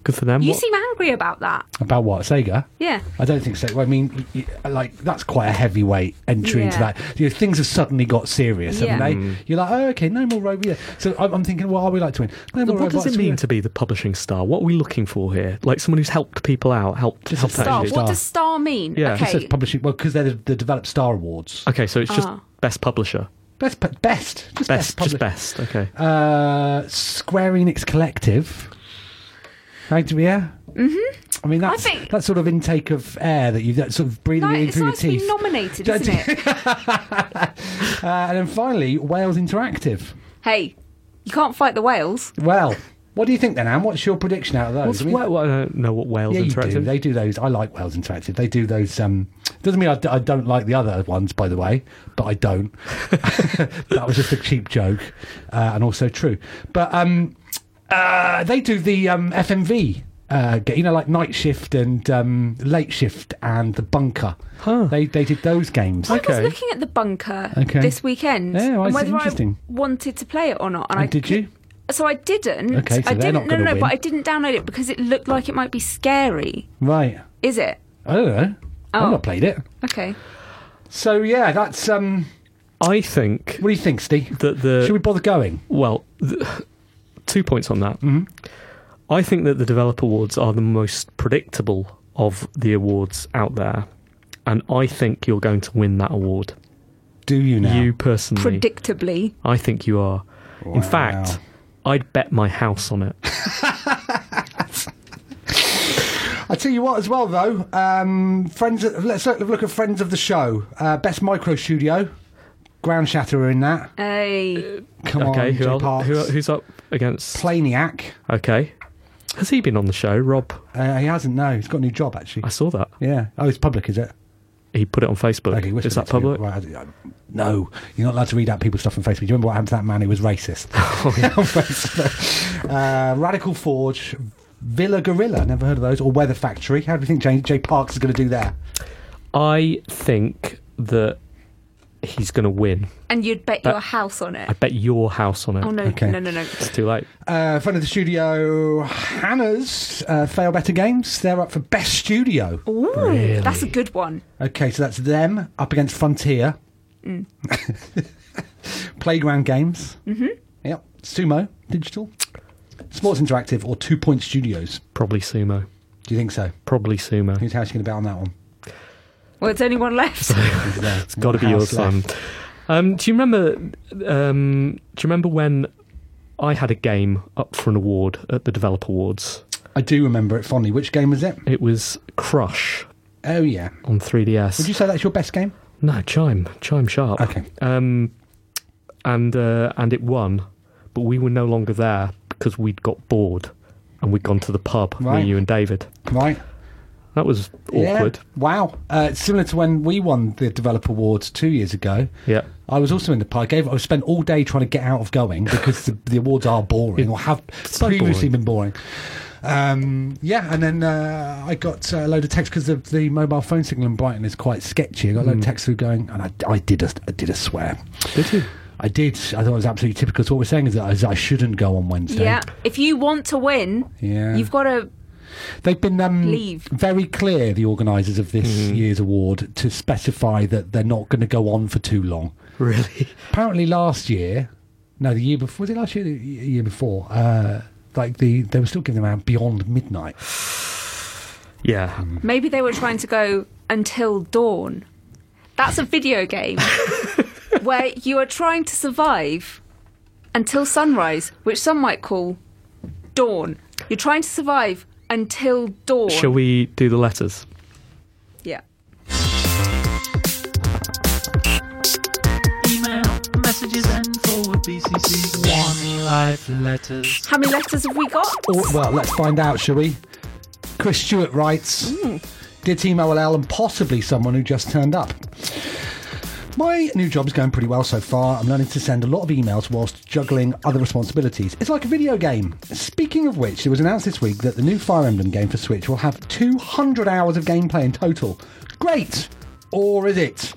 C: Good for them.
B: You
C: What-
B: seem angry about that.
D: About what? Sega?
B: Yeah.
D: I don't think so. I mean, y- y- like, that's quite a heavyweight entry into
B: Yeah.
D: that. You know, things have suddenly got serious,
B: Yeah.
D: haven't they? You're like, oh, okay, no more robots. Yeah. So I'm, I'm thinking, what are we like to win? No more
C: what does
D: robots.
C: it mean to be the publishing star? What are we looking for here? Like someone who's helped people out, helped
D: Just a
C: helped out
B: Star.
C: individuals.
B: What does star mean?
C: Yeah.
D: It says
B: Okay.
D: publishing, well, because they're the, the Developed Star Awards.
C: Okay, so it's just
B: Ah.
C: best publisher,
D: Best, pu- best,
C: best,
D: just best,
C: just
D: published.
C: best. Okay,
D: Oh, Uh, Square Enix Collective. Right, yeah. I mean, that's
B: think-
D: that sort of intake of air that you that sort of breathing
B: No,
D: in
B: it's
D: through
B: nice to
D: your
B: be
D: teeth.
B: nominated,
D: Don't-
B: isn't it?
D: Uh, and then finally, Wales Interactive.
B: hey, you can't fight the whales.
D: Well, what do you think then, Anne? What's your prediction out of those?
C: What's,
D: I mean-
C: well, well, I don't know what Wales
D: yeah, you do.
C: Interactive.
D: They do those. I like Wales Interactive. They do those. Um, doesn't mean I, d- I don't like the other ones, by the way, but I don't. [LAUGHS] that was just a cheap joke, uh, and also true. But um, uh, they do the um, FMV. Uh, ga- you know, like night shift and um, late shift and the bunker.
C: Huh.
D: They they did those games.
B: I
C: Okay.
B: was looking at the bunker
D: Okay.
B: this weekend
D: Yeah, well,
B: and
D: it's
B: whether
D: interesting.
B: I wanted to play it or not. And
D: Oh,
B: I
D: did you?
B: So I didn't.
D: Okay, so
B: I didn't.
D: they're not
B: no, no,
D: gonna
B: no,
D: win.
B: but I didn't download it because it looked like it might be scary.
D: Right.
B: Is it?
D: I don't know. I've
B: Oh.
D: not played it.
B: Okay.
D: So yeah, that's um.
C: I think
D: What do you think, Steve?
C: that the
D: Should we bother going?
C: well, th- [LAUGHS] two points on that.
D: Mm-hmm.
C: I think that the developer awards are the most predictable of the awards out there, and I think you're going to win that award.
D: Do you now?
C: You personally,
B: Predictably.
C: I think you are. In fact, I'd bet my house on it.
D: I tell you what, as well though, um, friends. Let's look, look at friends of the show. Uh, best micro studio, ground shatterer in that.
B: Hey.
D: Come
C: okay,
D: on,
C: who,
D: Jay
C: else-
D: Parks.
C: who who's up against?
D: Planiac.
C: Okay, has he been on the show, Rob?
D: Uh, he hasn't. No, he's got a new job actually.
C: I saw that
D: Yeah. Oh, it's public, is it?
C: he put it on Facebook.
D: Okay, whisper
C: Is that
D: it to me.
C: public?
D: Right, I- I- no, you're not allowed to read out people's stuff on Facebook. Do you remember what happened to that man who was
C: [LAUGHS]
D: racist
C: Oh,
D: [LAUGHS] on Facebook? Uh, Radical Forge, Villa Gorilla, never heard of those, or Weather Factory. How do you think Jay, Jay Parks is going to do there?
C: I think that he's going to win.
B: And you'd bet
C: That-
B: your house on it.
C: I bet your house on it.
B: oh, no,
D: Okay.
B: no, no, no.
C: It's too late.
D: Uh, front of the studio, Hannah's uh, Fail Better Games. They're up for Best Studio.
B: Ooh, that's a good one.
D: Okay, so that's them up against Frontier. [LAUGHS] Playground Games. Mm-hmm. Yep. Sumo Digital. Sports Interactive or Two Point Studios.
C: Probably sumo.
D: Do you think so?
C: Probably sumo.
D: Whose house you going to bet on that one?
B: Well, it's only one [LAUGHS] left.
D: it's
C: Got to be yours, Sam. Um, do you remember? Um, do you remember when I had a game up for an award at the Developer Awards?
D: I do remember it fondly. Which game was it?
C: It was Crush
D: Oh yeah.
C: on 3DS.
D: Would you say that's your best game?
C: No, Chime, Chime Sharp.
D: Okay.
C: Um, and uh, and it won, but we were no longer there because we'd got bored and we'd gone to the pub.
D: Right.
C: Me, you, and David.
D: Right.
C: That was awkward.
D: Yeah. Wow. Uh, it's similar to when we won the Developer Awards two years ago.
C: Yeah.
D: I was also in the pub. I gave. I spent all day trying to get out of going because the, the awards are boring or have
C: [LAUGHS] So
D: previously
C: boring.
D: been boring. Um, yeah, and then uh, I got uh, a load of text because the, the mobile phone signal in Brighton is quite sketchy. I got a load of text through going, and I, I did a, I did a swear.
C: Hmm. Did you?
D: I did. I thought it was absolutely typical. So what we're saying is that I, I shouldn't go on Wednesday.
B: yeah. If you want to win,
D: Yeah.
B: you've got to.
D: They've been um,
B: Leave.
D: very clear, the organisers of this year's award, to specify that they're not going to go on for too long.
C: Really?
D: Apparently, last year, no, the year before, was it last year? The y- year before, uh, like the they were still giving them out beyond midnight.
C: Yeah.
B: Maybe they were trying to go until dawn. That's a video
D: [LAUGHS]
B: game where you are trying to survive until sunrise, which some might call dawn. You're trying to survive until dawn.
C: Shall we do the letters?
B: Yeah.
F: email messages and forward BCC one life letters.
B: How many letters have we got?
D: Or, Oh, well, let's find out, shall we? Chris Stewart writes, "Dear Team OLL and possibly someone who just turned up." My new job's going pretty well so far. I'm learning to send a lot of emails whilst juggling other responsibilities. It's like a video game. Speaking of which, it was announced this week that the new Fire Emblem game for Switch will have 200 hours of gameplay in total. Great! Or is it?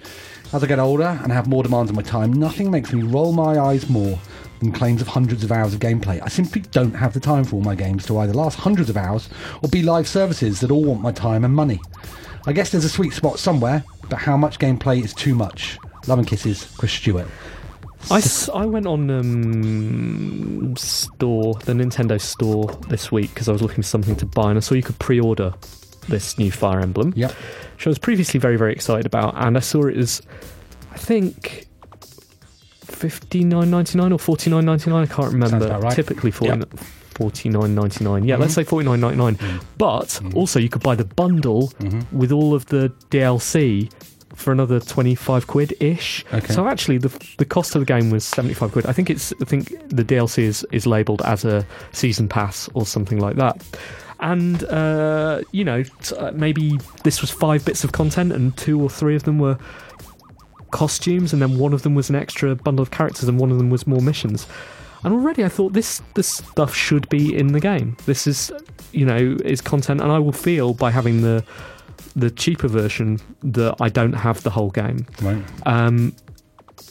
D: As I get older and have more demands on my time, nothing makes me roll my eyes more than claims of hundreds of hours of gameplay. I simply don't have the time for all my games to either last hundreds of hours or be live services that all want my time and money. I guess there's a sweet spot somewhere, but how much gameplay is too much? Love and kisses, Chris Stewart.
C: I, s- I went on um, store the Nintendo store this week because I was looking for something to buy, and I saw you could pre-order this new Fire Emblem.
D: Yep.
C: which I was previously very very excited about, and I saw it as I think fifty nine ninety nine or forty nine ninety nine. I can't remember.
D: about right. Mm-hmm.
C: Typically 49, 49.99. Yeah, let's say 49.99.
D: Mm.
C: But also you could buy the bundle
D: Mm-hmm.
C: with all of the DLC for another 25 quid ish.
D: Okay.
C: So actually the the cost of the game was 75 quid. I think it's I think the DLC is is labeled as a season pass or something like that. And uh, you know, t- uh, maybe this was five bits of content, and two or three of them were costumes, and then one of them was an extra bundle of characters, and one of them was more missions. And already, I thought this this stuff should be in the game. This is, you know, is content, and I will feel by having the the cheaper version that I don't have the whole game.
D: Right.
C: Um,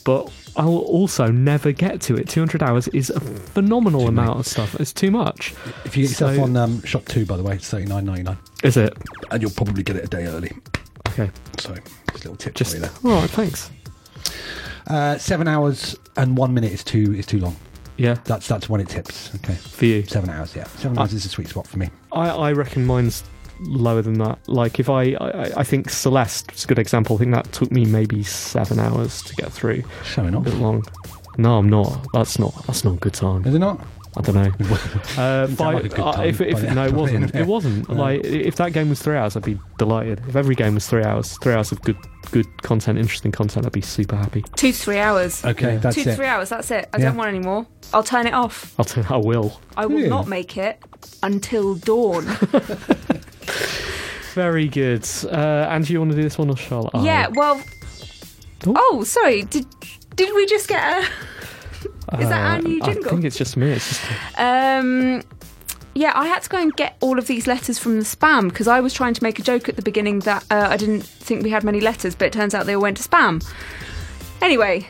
C: but I will also never get to it. Two hundred hours is a phenomenal amount of stuff. It's too much.
D: If you get yourself
C: So-
D: on um, shop two, by the way, it's thirty nine ninety nine,
C: Is it
D: and you'll probably get it a day early.
C: okay?
D: So, just a little tip
C: Just
D: for you there.
C: all right. Thanks.
D: Uh, seven hours and one minute is too is too long.
C: Yeah,
D: That's that's when it tips. Okay,
C: for you.
D: seven hours. Yeah, seven hours is a sweet spot for me.
C: I, I reckon mine's lower than that. Like if I, I, I think Celeste is a good example. I think that took me maybe seven hours to get through.
D: Showing
C: A
D: off.
C: bit long. No, I'm not. That's not. That's not a good time.
D: Is it not?
C: I don't know. Uh, by,
D: like a good
C: uh,
D: time
C: if,
D: by
C: if,
D: the
C: no, it
D: end of
C: wasn't.
D: it.
C: It wasn't. Like i- if that game was three hours, I'd be delighted. If every game was three hours, three hours of good, good content, interesting content, I'd be super happy.
B: Two to three hours.
D: Okay, Uh, that's
B: Two to
D: it.
B: three hours, that's it. I
D: Yeah.
B: don't want any more. I'll turn it off.
C: I'll tell. I will.
B: I will
D: Yeah.
B: not make it until dawn.
C: Very good. Uh, and you want to do this one or shall I?
B: Yeah, well.
C: Oh.
B: Oh, sorry. Did did we just get a? [LAUGHS] Is that our new
C: Uh, I
B: jingle?
C: think it's just me. It's just
B: Um, yeah, I had to go and get all of these letters from the spam because I was trying to make a joke at the beginning that uh, I didn't think we had many letters, but it turns out they all went to spam. Anyway,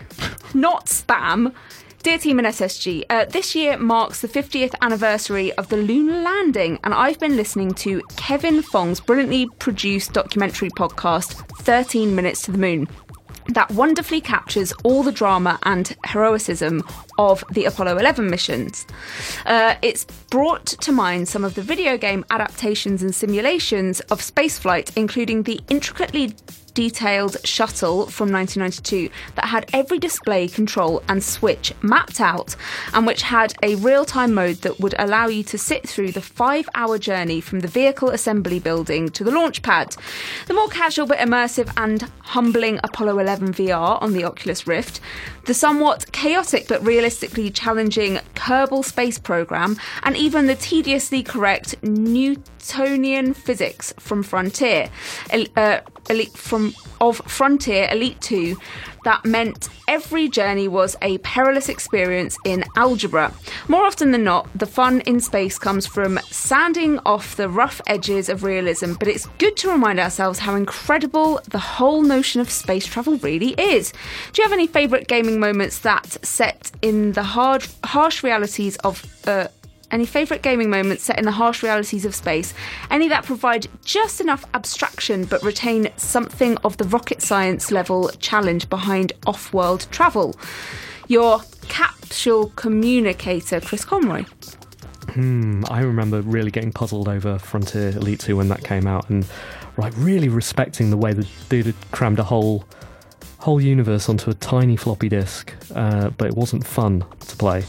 B: not spam. Dear Team and SSG, uh, this year marks the 50th anniversary of the lunar landing, and I've been listening to Kevin Fong's brilliantly produced documentary podcast, 13 Minutes to the Moon that wonderfully captures all the drama and heroism of the Apollo 11 missions. Uh, it's brought to mind some of the video game adaptations and simulations of spaceflight, including the intricately detailed shuttle from 1992 that had every display control and switch mapped out and which had a real-time mode that would allow you to sit through the 5-hour journey from the vehicle assembly building to the launch pad. The more casual but immersive and humbling Apollo 11 VR on the Oculus Rift, the somewhat chaotic but realistically challenging Kerbal Space Program, and even the tediously correct Newtonian physics from Frontier, el- uh, elite from of Frontier Elite 2 that meant every journey was a perilous experience in algebra. More often than not, the fun in space comes from sanding off the rough edges of realism, but it's good to remind ourselves how incredible the whole notion of space travel really is. Do you have any favourite gaming moments that set in the hard, harsh realities of uh, any favourite gaming moments set in the harsh realities of space? Any that provide just enough abstraction but retain something of the rocket science level challenge behind off world travel? Your capsule communicator, Chris Conroy.
C: Mm, I remember really getting puzzled over Frontier Elite 2 when that came out and like really respecting the way the dude had crammed a whole whole universe onto a tiny floppy disk, uh, but it wasn't fun to play.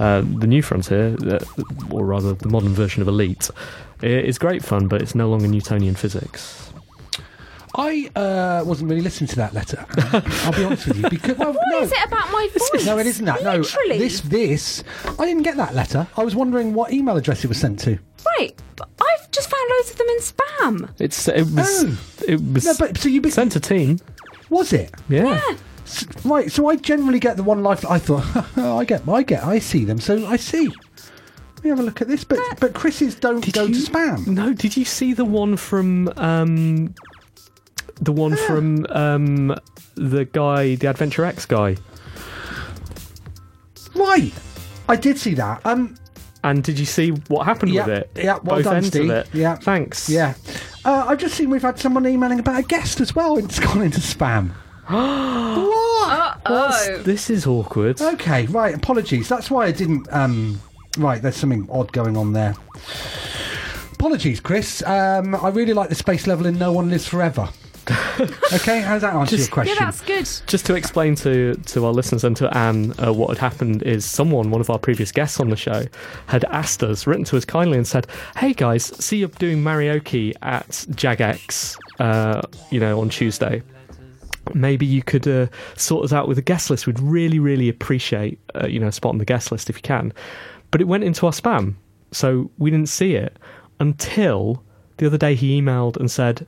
C: Uh, the new Frontier, uh, or rather the modern version of Elite, i- is great fun, but it's no longer Newtonian physics.
D: I uh, wasn't really listening to that letter. I'll be honest with you because well,
B: What
D: no.
B: is it about my voice?
D: No, it isn't that.
B: Literally.
D: No, this, this. I didn't get that letter. I was wondering what email address it was sent to.
B: Right. but I've just found loads of them in spam.
C: It's it was
D: Oh.
C: it was
D: No, but so you
C: sent to teen,
D: was it
C: yeah.
D: S- right? So I generally get the one life. I thought [LAUGHS] oh, I get, I get, I see them. So I see. Let me have a look at this. But but Chris's don't
C: Did
D: go
C: you-
D: to spam.
C: No, did you see the one from um, the one from um, the guy, the Adventure X guy?
D: Right. I did see that. Um.
C: And did you see what happened
D: Yeah.
C: with it?
D: Yeah. Well
C: Both
D: done,
C: ends
D: Steve.
C: of it.
D: Yeah.
C: Thanks.
D: Yeah. Uh, I've just seen we've had someone emailing about a guest as well. It's [LAUGHS] gone
C: [GASPS]
D: into spam.
B: Uh
C: What's-
B: oh.
C: This is awkward.
D: Okay, right. Apologies. That's why I didn't. Um, right, there's something odd going on there. Apologies, Chris. Um, I really like the space level in No One Lives Forever. Okay, how's that answer
C: Just-
D: your question?
B: Yeah, that's good.
C: Just to explain to, to our listeners and to Anne uh, what had happened is someone, one of our previous guests on the show, had asked us, written to us kindly, and said, "Hey guys, see you're doing karaoke at Jagex, uh, you know, on Tuesday. Maybe you could uh, sort us out with a guest list. We'd really, really appreciate uh, you know a spot on the guest list if you can." But it went into our spam, so we didn't see it until the other day. He emailed and said,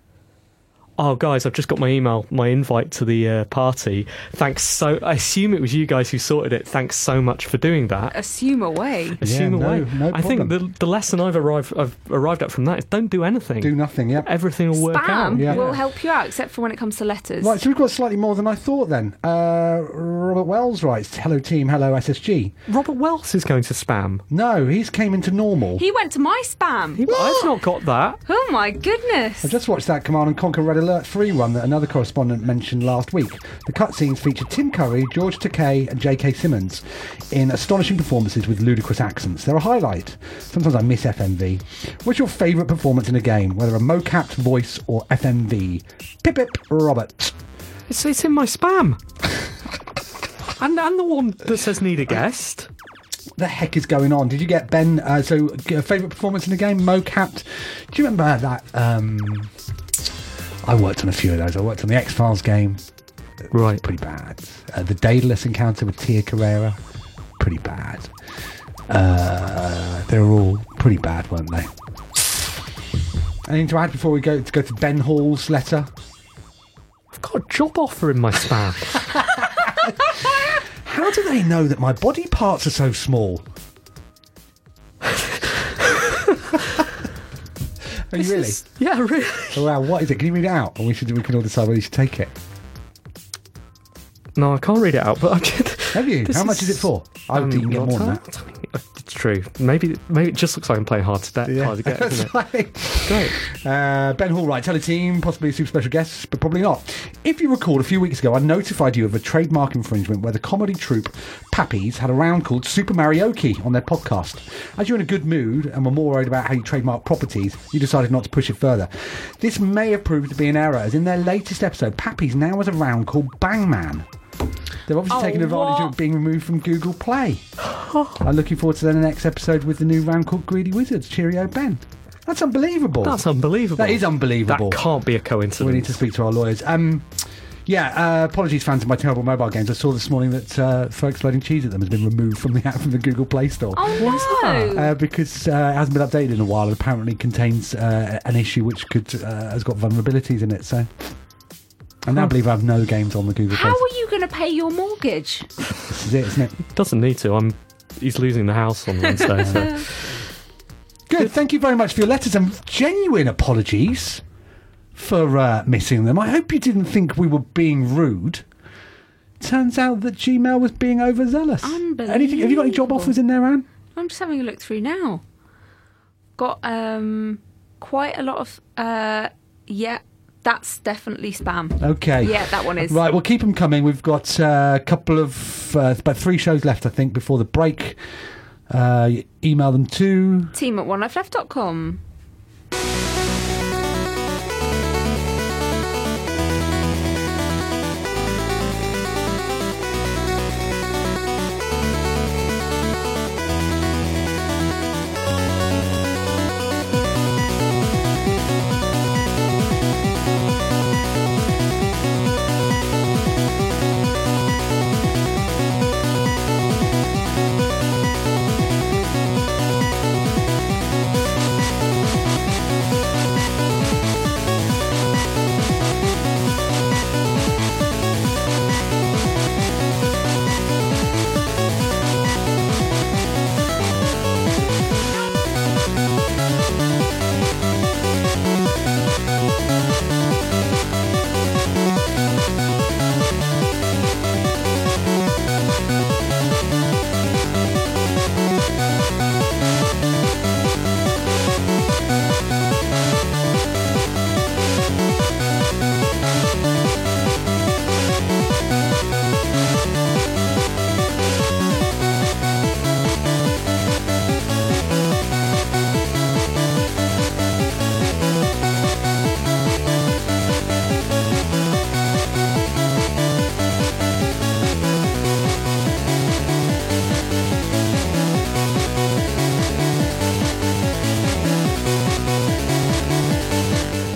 C: Oh, guys, I've just got my email, my invite to the uh, party. Thanks so. I assume it was you guys who sorted it. Thanks so much for doing that.
B: Assume away.
C: Assume
D: no-
C: away.
D: no
C: I think the
D: problem.
C: the lesson I've arrived I've arrived at from that is don't do anything.
D: Do nothing, yeah.
C: Everything will work out.
B: Spam
D: Yeah.
B: will help you out, except for when it comes to letters.
D: Right, so we've got slightly more than I thought then. Uh, Robert Wells writes, hello team, hello SSG.
C: Robert Wells is going to spam.
D: No, he's came into normal.
B: He went to my spam.
C: I've not got that.
B: Oh my goodness.
D: I just watched that Command and Conquer Red Alert 3 one that another correspondent mentioned last week. The cutscenes feature Tim Curry, George Takei, and J.K. Simmons in astonishing performances with ludicrous accents. They're a highlight. Sometimes I miss FMV. What's your favourite performance in a game, whether a mocapped voice or FMV? Pip Pip Robert.
C: It's, it's in my
D: [LAUGHS]
C: spam. and and the one that says need a guest.
D: What the heck is going on? Did you get Ben? Uh, so, g- favourite performance in the game, mocapped. Do you remember that? Um, I worked on a few of those. I worked on the X Files game.
C: Right.
D: pretty bad. Uh, the Daedalus encounter with Tia Carrera, pretty bad. Uh, they were all pretty bad, weren't they? Anything to add before we go to go to Ben Hall's letter?
C: I've got a job offer in my spam.
D: [LAUGHS] How do they know that my body parts are so small? are you really?
C: yeah, really.
D: Wow, what is it? Can you read it out? And we should we can all decide whether you should take it.
C: No, I can't read it out, but I did. [LAUGHS]
D: Have you? How much is it for? I
C: Um,
D: didn't get
C: not
D: more than
C: that. It's true. Maybe maybe it just looks like I'm playing hard to get. Hard to get isn't
D: [LAUGHS]
C: it?
D: that.
C: Great.
D: Uh, ben Hall, right, tell a team, possibly super special guests, but probably not. If you recall, a few weeks ago, I notified you of a trademark infringement where the comedy troupe Pappies had a round called Super Marioki on their podcast. As you're in a good mood and were more worried about how you trademark properties, you decided not to push it further. This may have proved to be an error, as in their latest episode, Pappies now has a round called Bang Man. They're obviously
B: Oh,
D: taking advantage
B: what?
D: of being removed from Google Play. I'm looking forward to the next episode with the new round called Greedy Wizards. Cheerio, Ben. That's unbelievable.
C: That's unbelievable.
D: That is unbelievable.
C: That can't be a
D: We
C: coincidence.
D: need to speak to our lawyers. Um, yeah, uh, apologies, fans of my terrible mobile games. I saw this morning that uh, folks loading cheese at them has been removed from the [LAUGHS] app from the Google Play Store.
B: oh no.
D: Uh, because uh, it hasn't been updated in a while, and apparently contains uh, an issue which could uh, has got vulnerabilities in it. So, I now believe I have no games on the Google
B: How
D: Play. Store.
B: are you going to pay your mortgage?
D: This is it, isn't it?
C: Doesn't need to. I'm. He's losing the house on Wednesday.
D: [LAUGHS]
C: so.
D: Good. Thank you very much for your letters and genuine apologies for uh, missing them. I hope you didn't think we were being rude. Turns out that Gmail was being overzealous. Anything? Have you got any job
B: Unbelievable.
D: offers in there, Anne?
B: I'm just having a look through now. Got um quite a lot of uh yeah, that's definitely spam.
D: Okay.
B: Yeah, that one is.
D: Right, we'll keep them coming. We've got uh, a couple of, uh, about three shows left, I think, before the break. Uh, email them to.
B: Team at onelifeleft.com.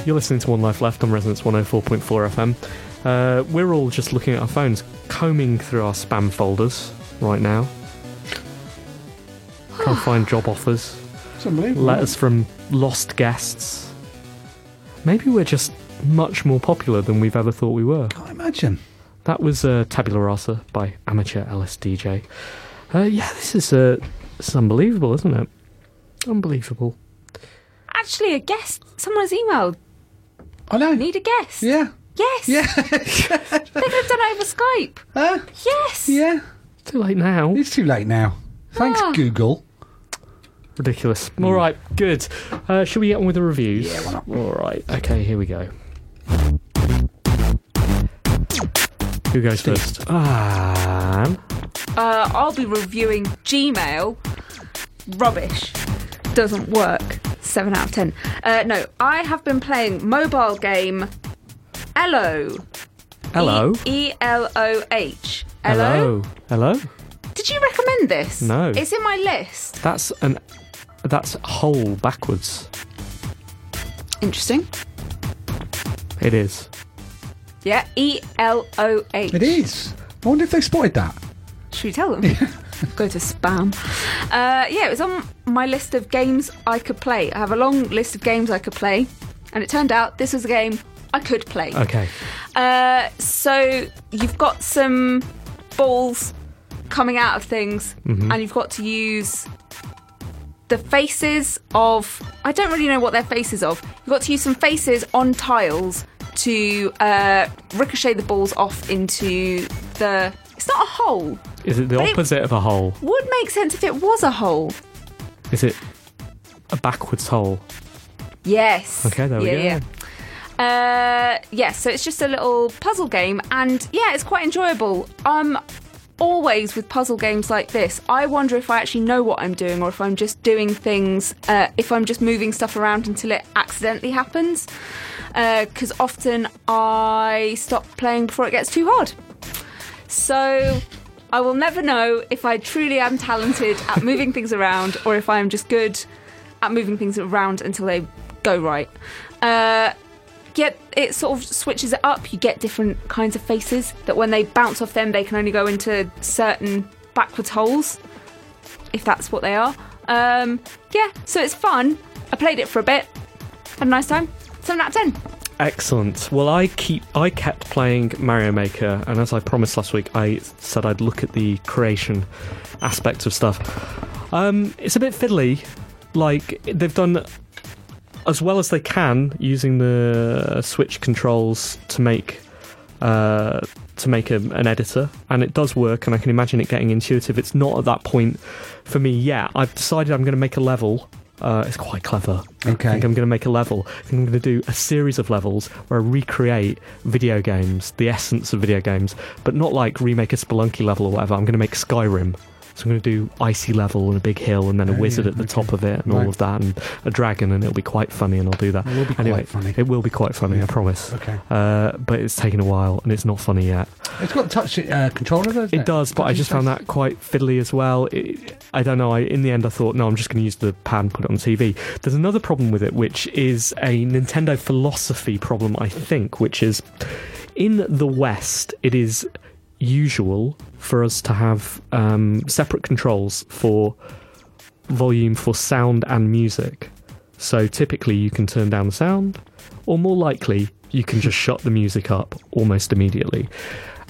C: You're listening to One oh Life Left on Resonance 104.4 FM. Uh, we're all just looking at our phones, combing through our spam folders right now. Trying to find job offers,
D: It's unbelievable.
C: letters from lost guests. Maybe we're just much more popular than we've ever thought we were.
D: Can't imagine.
C: That was uh, Tabula Rasa by Amateur LSDJ. Uh, yeah, this is uh, it's unbelievable, isn't it? Unbelievable.
B: Actually, a guest. Someone has emailed.
D: I know.
B: Need a guest.
D: yeah.
B: Yes.
D: Yeah. [LAUGHS]
B: They could have done it over Skype.
D: Huh?
B: Yes.
D: yeah.
C: Too late now.
D: It's too late now. Thanks,
B: Ah.
D: Google.
C: Ridiculous. Hmm. All right, good. Uh, should we get on with the reviews? Yeah, why not? All right. Okay, here we go. Who goes first? Um,
B: Uh, I'll be reviewing Gmail. Rubbish. Doesn't work. 7 out of 10. Uh, no, I have been playing mobile game Elo.
C: hello.
B: E L O H.
C: Hello. Hello.
B: Did you recommend this?
C: No.
B: It's in my list.
C: That's an. That's whole backwards.
B: Interesting.
C: It is.
B: Yeah, E L O H.
D: It is. I wonder if they spotted that.
B: Should we tell them? Go to spam. Uh, yeah, it was on my list of games I could play. I have a long list of games I could play, and it turned out this was a game I could play.
C: Okay.
B: Uh, so you've got some balls coming out of things,
C: Mm-hmm.
B: and you've got to use the faces of. I don't really know what they're faces of. You've got to use some faces on tiles to uh, ricochet the balls off into the. It's not a hole.
C: Is it the
B: But it-
C: opposite of a hole?
B: Would make sense if it was a hole.
C: Is it a backwards hole?
B: Yes.
C: Okay, there we
B: yeah,
C: go.
B: Yeah. Uh, yeah, so it's just a little puzzle game, and yeah, it's quite enjoyable. Um, always with puzzle games like this, I wonder if I actually know what I'm doing, or if I'm just doing things, uh, if I'm just moving stuff around until it accidentally happens. Because often I stop playing before it gets too hard. So I will never know if I truly am talented at moving things around, or if I am just good at moving things around until they go right. Uh, Yet it sort of switches it up. You get different kinds of faces that when they bounce off them, they can only go into certain backwards holes, if that's what they are. Um, yeah, so it's fun. I played it for a bit. Had a nice time. 7 out of 10.
C: Excellent. Well, I keep I kept playing Mario Maker, and as I promised last week, I said I'd look at the creation aspect of stuff. Um, it's a bit fiddly. Like they've done as well as they can using the Switch controls to make uh, to make a, an editor, and it does work. And I can imagine it getting intuitive. It's not at that point for me yet. I've decided I'm going to make a level. Uh, it's quite clever. I
D: Okay.
C: think I'm going to make a level. I think I'm going to do a series of levels where I recreate video games, the essence of video games, but not like remake a Spelunky level or whatever. I'm going to make Skyrim. So I'm going to do icy level and a big hill and then a wizard
D: Oh, yeah,
C: at the
D: okay.
C: top of it and
D: Right.
C: all of that and a dragon and it'll be quite funny and I'll do that.
D: It will be quite
C: anyway,
D: funny.
C: It will be quite funny, I promise.
D: Okay.
C: Uh, but it's taken a while and it's not funny yet.
D: It's got a touch uh, controller, though, doesn't it?
C: It does, but I just found that quite fiddly as well. It, I don't know. I, in the end, I thought, no, I'm just going to use the pad and put it on TV. There's another problem with it, which is a Nintendo philosophy problem, I think, which is in the West, it is usual for us to have um, separate controls for volume for sound and music. So typically, you can turn down the sound, or more likely, you can just [LAUGHS] shut the music up almost immediately.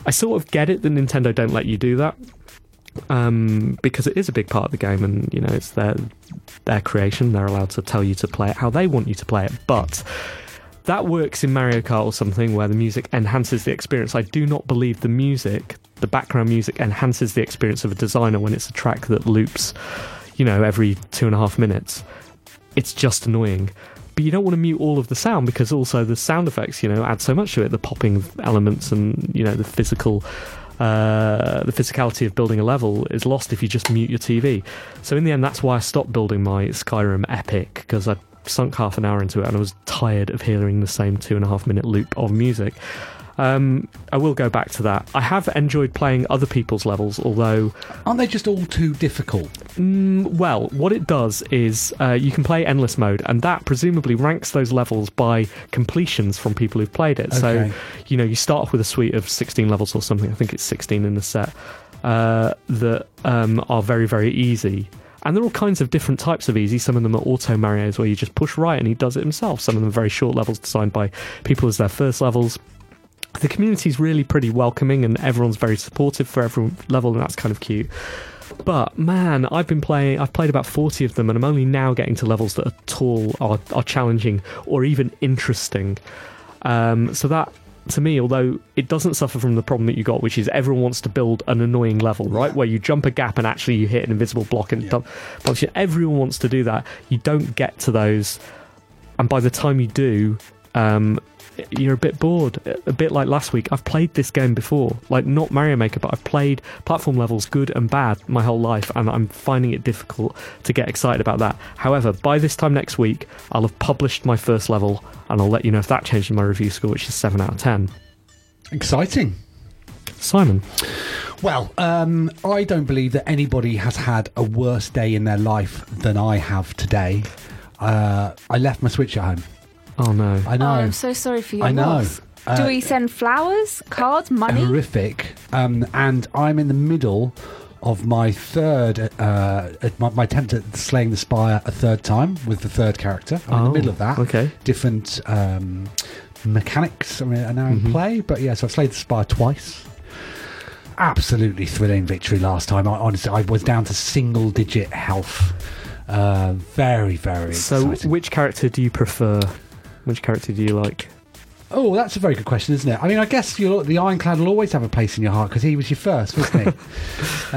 C: I sort of get it that Nintendo don't let you do that um, because it is a big part of the game, and you know it's their their creation. They're allowed to tell you to play it how they want you to play it, but. That works in Mario Kart or something where the music enhances the experience. I do not believe the music, the background music, enhances the experience of a designer when it's a track that loops, you know, every two and a half minutes it's just annoying. But you don't want to mute all of the sound because also the sound effects, you know, add so much to it. The popping elements and you know the physical, uh, the physicality of building a level is lost if you just mute your TV. So in the end, that's why I stopped building my Skyrim epic because I sunk half an hour into it and I was tired of hearing the same two and a half minute loop of music. Um, I will go back to that. I have enjoyed playing other people's levels, although
D: Aren't they just all too difficult?
C: Um, well, what it does is uh, you can play endless mode, and that presumably ranks those levels by completions from people who've played it. So,
D: Okay.
C: you know, you start off with a suite of 16 levels or something. I think it's 16 in the set uh, that um, are very, very easy. And there are all kinds of different types of easy. Some of them are auto Mario's where you just push right and he does it himself. Some of them are very short levels designed by people as their first levels the community's really pretty welcoming and everyone's very supportive for every level and that's kind of cute but man i've been playing i've played about 40 of them and i'm only now getting to levels that are tall are, are challenging or even interesting um, so that to me although it doesn't suffer from the problem that you got which is everyone wants to build an annoying level right where you jump a gap and actually you hit an invisible block and dump function everyone wants to do that you don't get to those and by the time you do, um, you're a bit bored. A bit like last week. I've played this game before, like not Mario Maker, but I've played platform levels, good and bad, my whole life, and I'm finding it difficult to get excited about that. However, by this time next week, I'll have published my first level, and I'll let you know if that changes my review score, which is seven out of ten.
D: Exciting.
C: Simon,
D: Well, um, I don't believe that anybody has had a worse day in their life than I have today. Uh, I left my Switch at home.
C: oh no,
D: I know.
B: Oh, I'm so sorry for you.
D: I know. Uh,
B: Do we send flowers, cards, money?
D: [LAUGHS] horrific. Um, and I'm in the middle of my third, uh, at my, my attempt at slaying the spire a third time with the third character. I'm in
C: Oh,
D: the middle of that.
C: okay.
D: Different um, mechanics I mean, are now
C: Mm-hmm.
D: in play. But yeah, so I've slayed the spire twice. Absolutely thrilling victory last time. I, honestly, I was down to single digit health. Uh, very, very
C: so
D: exciting.
C: which character do you prefer? Which character do you like?
D: Oh, that's a very good question, isn't it? I mean, I guess you'll, the Ironclad will always have a place in your heart because he was your first, wasn't he?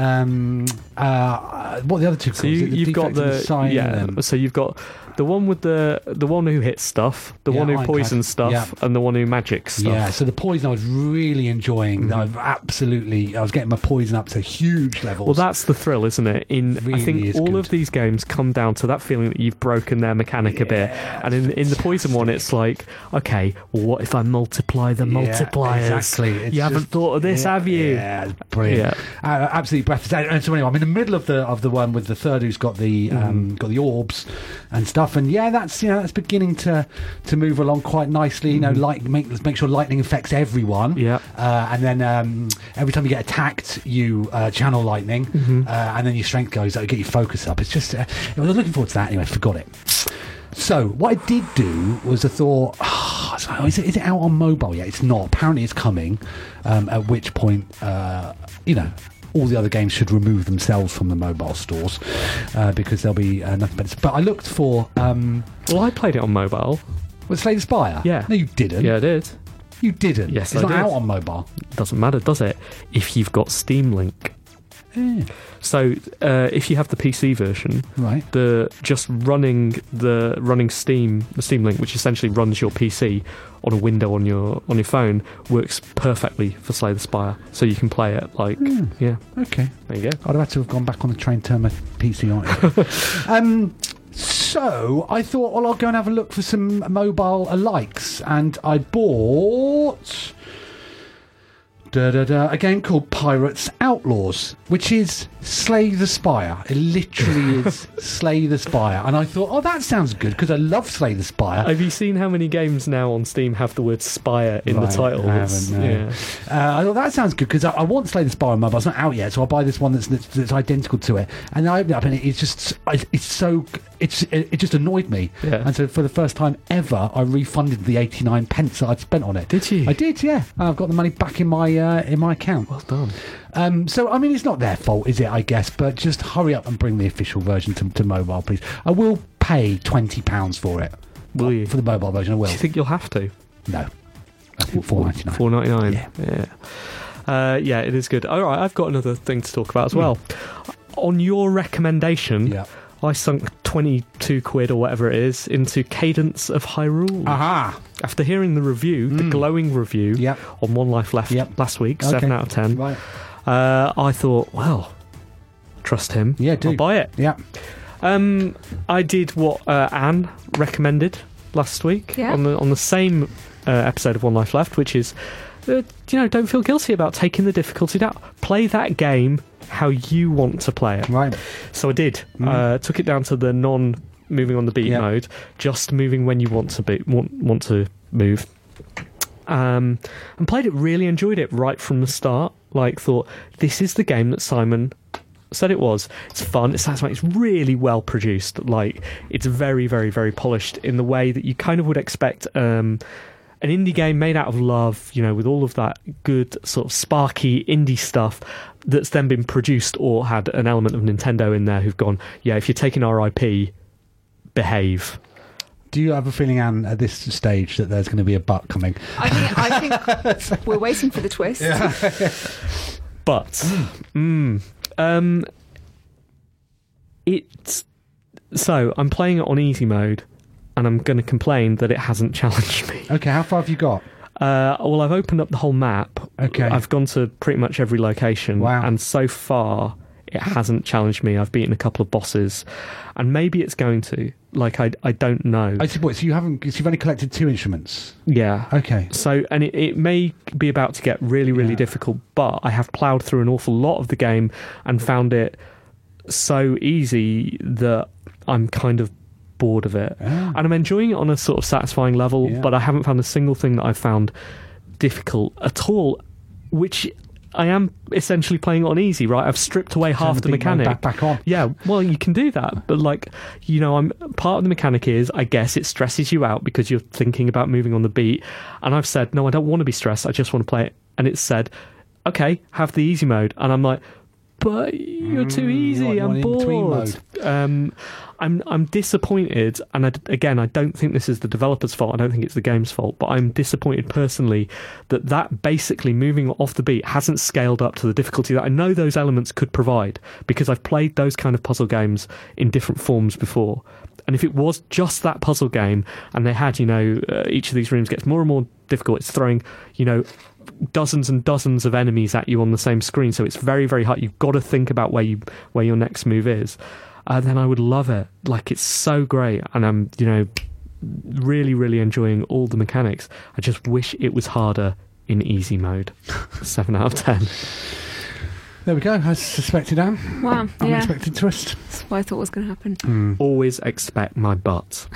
C: [LAUGHS]
D: um, uh, what are the other two?
C: So
D: called? Is
C: you,
D: it the
C: you've got
D: defect and
C: the
D: sign
C: yeah.
D: and-
C: So you've got the one with the the one who hits stuff, the
D: Yeah,
C: one who
D: ironclad.
C: poisons stuff,
D: Yeah.
C: and the one who magics stuff. Mm-hmm.
D: yeah. So the poison I was really enjoying. I've absolutely, I was getting my poison up to huge levels.
C: Well, that's the thrill, isn't it? In I
D: Really
C: think
D: is
C: all
D: good.
C: of these games come down to that feeling that you've broken their mechanic a bit, and in in the poison one, it's like, okay, well, what if I multiply the
D: Yeah,
C: multipliers?
D: Exactly. It's
C: you haven't
D: just-
C: thought of this,
D: yeah,
C: have you?
D: Yeah, it's brilliant. Uh, absolutely breathtaking. And so anyway, I'm in the middle of the of the one with the third who's got the
C: Mm-hmm.
D: um, got the orbs and stuff. And yeah, that's you know that's beginning to to move along quite nicely. You know, light make make sure lightning affects everyone.
C: Mm-hmm. Yeah.
D: Uh, and then um, every time you get attacked, you uh, channel lightning,
C: Mm-hmm.
D: uh, and then your strength goes up, get your focus up. It's just uh, I was looking forward to that anyway. Forgot it. So what I did do was I thought, [SIGHS] "Ah, so is, it, is it out on mobile yet? It's not. Apparently, it's coming. Um, at which point, uh, you know, all the other games should remove themselves from the mobile stores uh, because there'll be uh, nothing. But, but I looked for um,
C: Well, I played it on mobile.
D: was Slay the Spire.
C: Yeah.
D: No, you didn't.
C: Yeah, I did.
D: You didn't.
C: Yes,
D: it's
C: I
D: not
C: did.
D: out on mobile.
C: Doesn't matter, does it? If you've got Steam Link. So uh, if you have the PC version,
D: Right.
C: the just running the running Steam the Steam Link, which essentially runs your PC on a window on your on your phone, works perfectly for Slay the Spire. So you can play it like
D: Hmm.
C: yeah,
D: Okay.
C: there you go.
D: I'd have Oh, had to have gone back on the train, turned my PC on. um, so I thought, well, I'll go and have a look for some mobile alikes, and I bought da, da, da, a game called Pirates Outlaws, which is Slay the Spire. It literally is Slay the Spire, and I thought, oh, that sounds good because I love Slay the Spire.
C: Have you seen how many games now on Steam have the word Spire in
D: Right,
C: the title?
D: I
C: It's-
D: haven't, no.
C: yeah.
D: Uh, I thought that sounds good because I, I want Slay the Spire on mobile. It's not out yet, so I'll buy this one that's that's, that's identical to it. And I opened it up, and it, it's just I- it's so it's it, it just annoyed me.
C: Yeah.
D: And so for the first time ever, I refunded the eighty nine pence that I'd spent on it.
C: Did you?
D: I did. Yeah. And I've got the money back in my uh, in my account. Well
C: done.
D: Um, so I mean, it's not their fault, is it? I guess, but just hurry up and bring the official version to, to mobile, please. I will pay twenty pounds for it.
C: Will you?
D: For the mobile version, I will.
C: Do you think you'll have to?
D: no. I think four ninety nine.
C: Four ninety nine. Yeah. Uh, yeah, it is good. All right, I've got another thing to talk about as well. On your recommendation,
D: Hmm. Yeah.
C: I sunk twenty two quid or whatever it is into Cadence of Hyrule.
D: Aha.
C: After hearing the review,
D: Hmm.
C: the glowing review
D: Yep.
C: on One Life Left
D: Yep.
C: last week, seven
D: Okay.
C: out of ten.
D: Right.
C: Uh, I thought, well, trust him.
D: Yeah, do.
C: I'll buy it.
D: Yeah.
C: Um, I did what uh, Anne recommended last week
B: Yeah.
C: on the on the same uh, episode of One Life Left, which is uh, you know, don't feel guilty about taking the difficulty out. Play that game how you want to play it.
D: Right.
C: So I did. Uh, took it down to the non moving on the beat
D: Yeah.
C: mode, just moving when you want to be want want to move. Um, and played it. Really enjoyed it right from the start. Like thought this is the game that Simon said it was. It's fun. It sounds like it's really well produced. Like it's very very very polished in the way that you kind of would expect. Um, an indie game made out of love, you know, with all of that good sort of sparky indie stuff that's then been produced or had an element of Nintendo in there who've gone, yeah, if you're taking our IP, behave.
D: Do you have a feeling, Anne, at this stage that there's going to be a butt coming?
B: I think, I think we're waiting for the twist.
C: But mm, um, it's so I'm playing it on easy mode, and I'm going to complain that it hasn't [LAUGHS] challenged me.
D: Okay, how far have you got?
C: Uh, well, I've opened up the whole map.
D: Okay.
C: I've gone to pretty much every location.
D: Wow.
C: And so far, it hasn't challenged me. I've beaten a couple of bosses, and maybe it's going to. Like I, I don't know.
D: I see, what, so you haven't. So you've only collected two instruments.
C: yeah.
D: Okay.
C: So, and it, it may be about to get really, really
D: Yeah.
C: difficult, but I have ploughed through an awful lot of the game and found it so easy that I'm kind of bored of it. And I'm enjoying it on a sort of satisfying level,
D: Ah. Yeah.
C: but I haven't found a single thing that I've found difficult at all, which I am essentially playing on easy, right? I've stripped away half
D: the
C: the,
D: big man
C: mechanic.
D: back- back on.
C: Yeah, well, you can do that, but like, you know, I'm part of the mechanic is I guess it stresses you out because you're thinking about moving on the beat. And I've said, no, I don't want to be stressed. I just want to play it. And it said, okay, have the easy mode. And I'm like, but you're too easy.
D: want- you
C: I'm
D: want in-between
C: bored. Um, I'm I'm disappointed, and I d again, I don't think this is the developer's fault. I don't think it's the game's fault, but I'm disappointed personally that that basically moving off the beat hasn't scaled up to the difficulty that I know those elements could provide because I've played those kind of puzzle games in different forms before. And if it was just that puzzle game, and they had you know uh, each of these rooms gets more and more difficult, it's throwing you know dozens and dozens of enemies at you on the same screen, so it's very, very hard. You've got to think about where you where your next move is. Uh, then I would love it. Like it's so great, and I'm you know really, really enjoying all the mechanics. I just wish it was harder in easy mode. [LAUGHS] Seven out of [LAUGHS] ten.
D: There we go. I suspected, Anne. [LAUGHS]
B: Wow. Yeah.
D: Unexpected twist.
B: That's what I thought was going to happen.
C: Always expect my butt.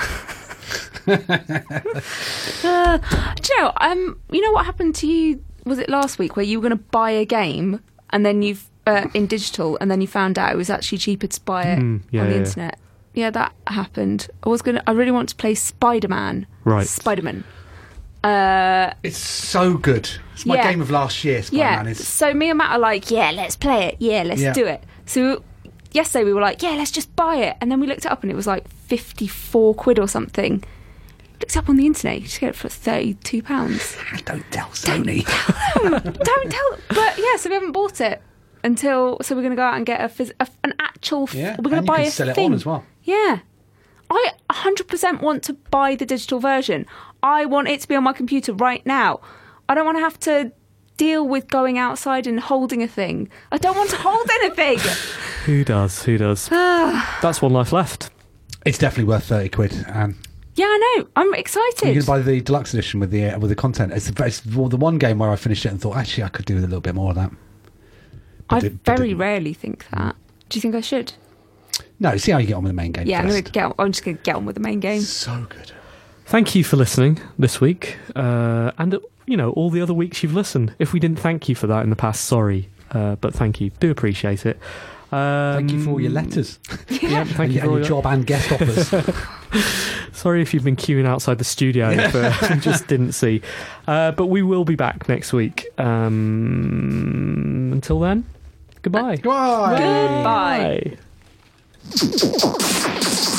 B: Uh, [SIGHS] do you know, um, you know what happened to you? Was it last week where you were going to buy a game and then you've uh, in digital and then you found out it was actually cheaper to buy it
C: Mm, yeah,
B: on the
C: yeah.
B: internet? Yeah, that happened. I was going. to I really want to play Spider Man.
C: Right.
B: Spider Man. Uh,
D: It's so good. It's my
B: Yeah.
D: game of last year. Spider-Man.
B: yeah.
D: It's,
B: So me and Matt are like, yeah, let's play it. Yeah, let's
D: Yeah.
B: do it. So yesterday we were like, yeah, let's just buy it, and then we looked it up and it was like fifty-four quid or something. Looked it up on the internet, you just get it for thirty-two pounds.
D: don't tell Sony.
B: don't tell. But yeah, so we haven't bought it until. So we're going to go out and get a, phys- a an actual. F-
D: Yeah,
B: we're going
D: and
B: to
D: you
B: buy
D: can
B: a
D: sell it on
B: thing
D: as well.
B: Yeah, I 100% want to buy the digital version. I want it to be on my computer right now. I don't want to have to deal with going outside and holding a thing. I don't want to hold [LAUGHS] anything.
C: Who does? Who does? [SIGHS] That's one life left.
D: It's definitely worth thirty quid. Anne.
B: yeah, I know. I'm
D: you
B: excited.
D: can buy the deluxe edition with the uh, with the content. It's the, it's the one game where I finished it and thought, actually, I could do with a little bit more of that.
B: I
D: did- but
B: very
D: didn't.
B: rarely think that. Do you think I should?
D: No, see how you get on with the main game.
B: Yeah, I'm,
D: first.
B: gonna get on, I'm just going to get on with the main game.
D: so good.
C: Thank you for listening this week, uh, and you know all the other weeks you've listened. If we didn't thank you for that in the past, sorry, uh, but thank you. Do appreciate it. Um,
D: Thank you for all your letters.
C: [LAUGHS] Yeah, thank
D: and,
C: you for all
D: your- and your
C: your-
D: job and guest offers.
C: Sorry if you've been queuing outside the studio,
D: [LAUGHS]
C: but just didn't see. Uh, but we will be back next week. Um, until then, goodbye.
D: Bye.
B: Goodbye.
C: Bye.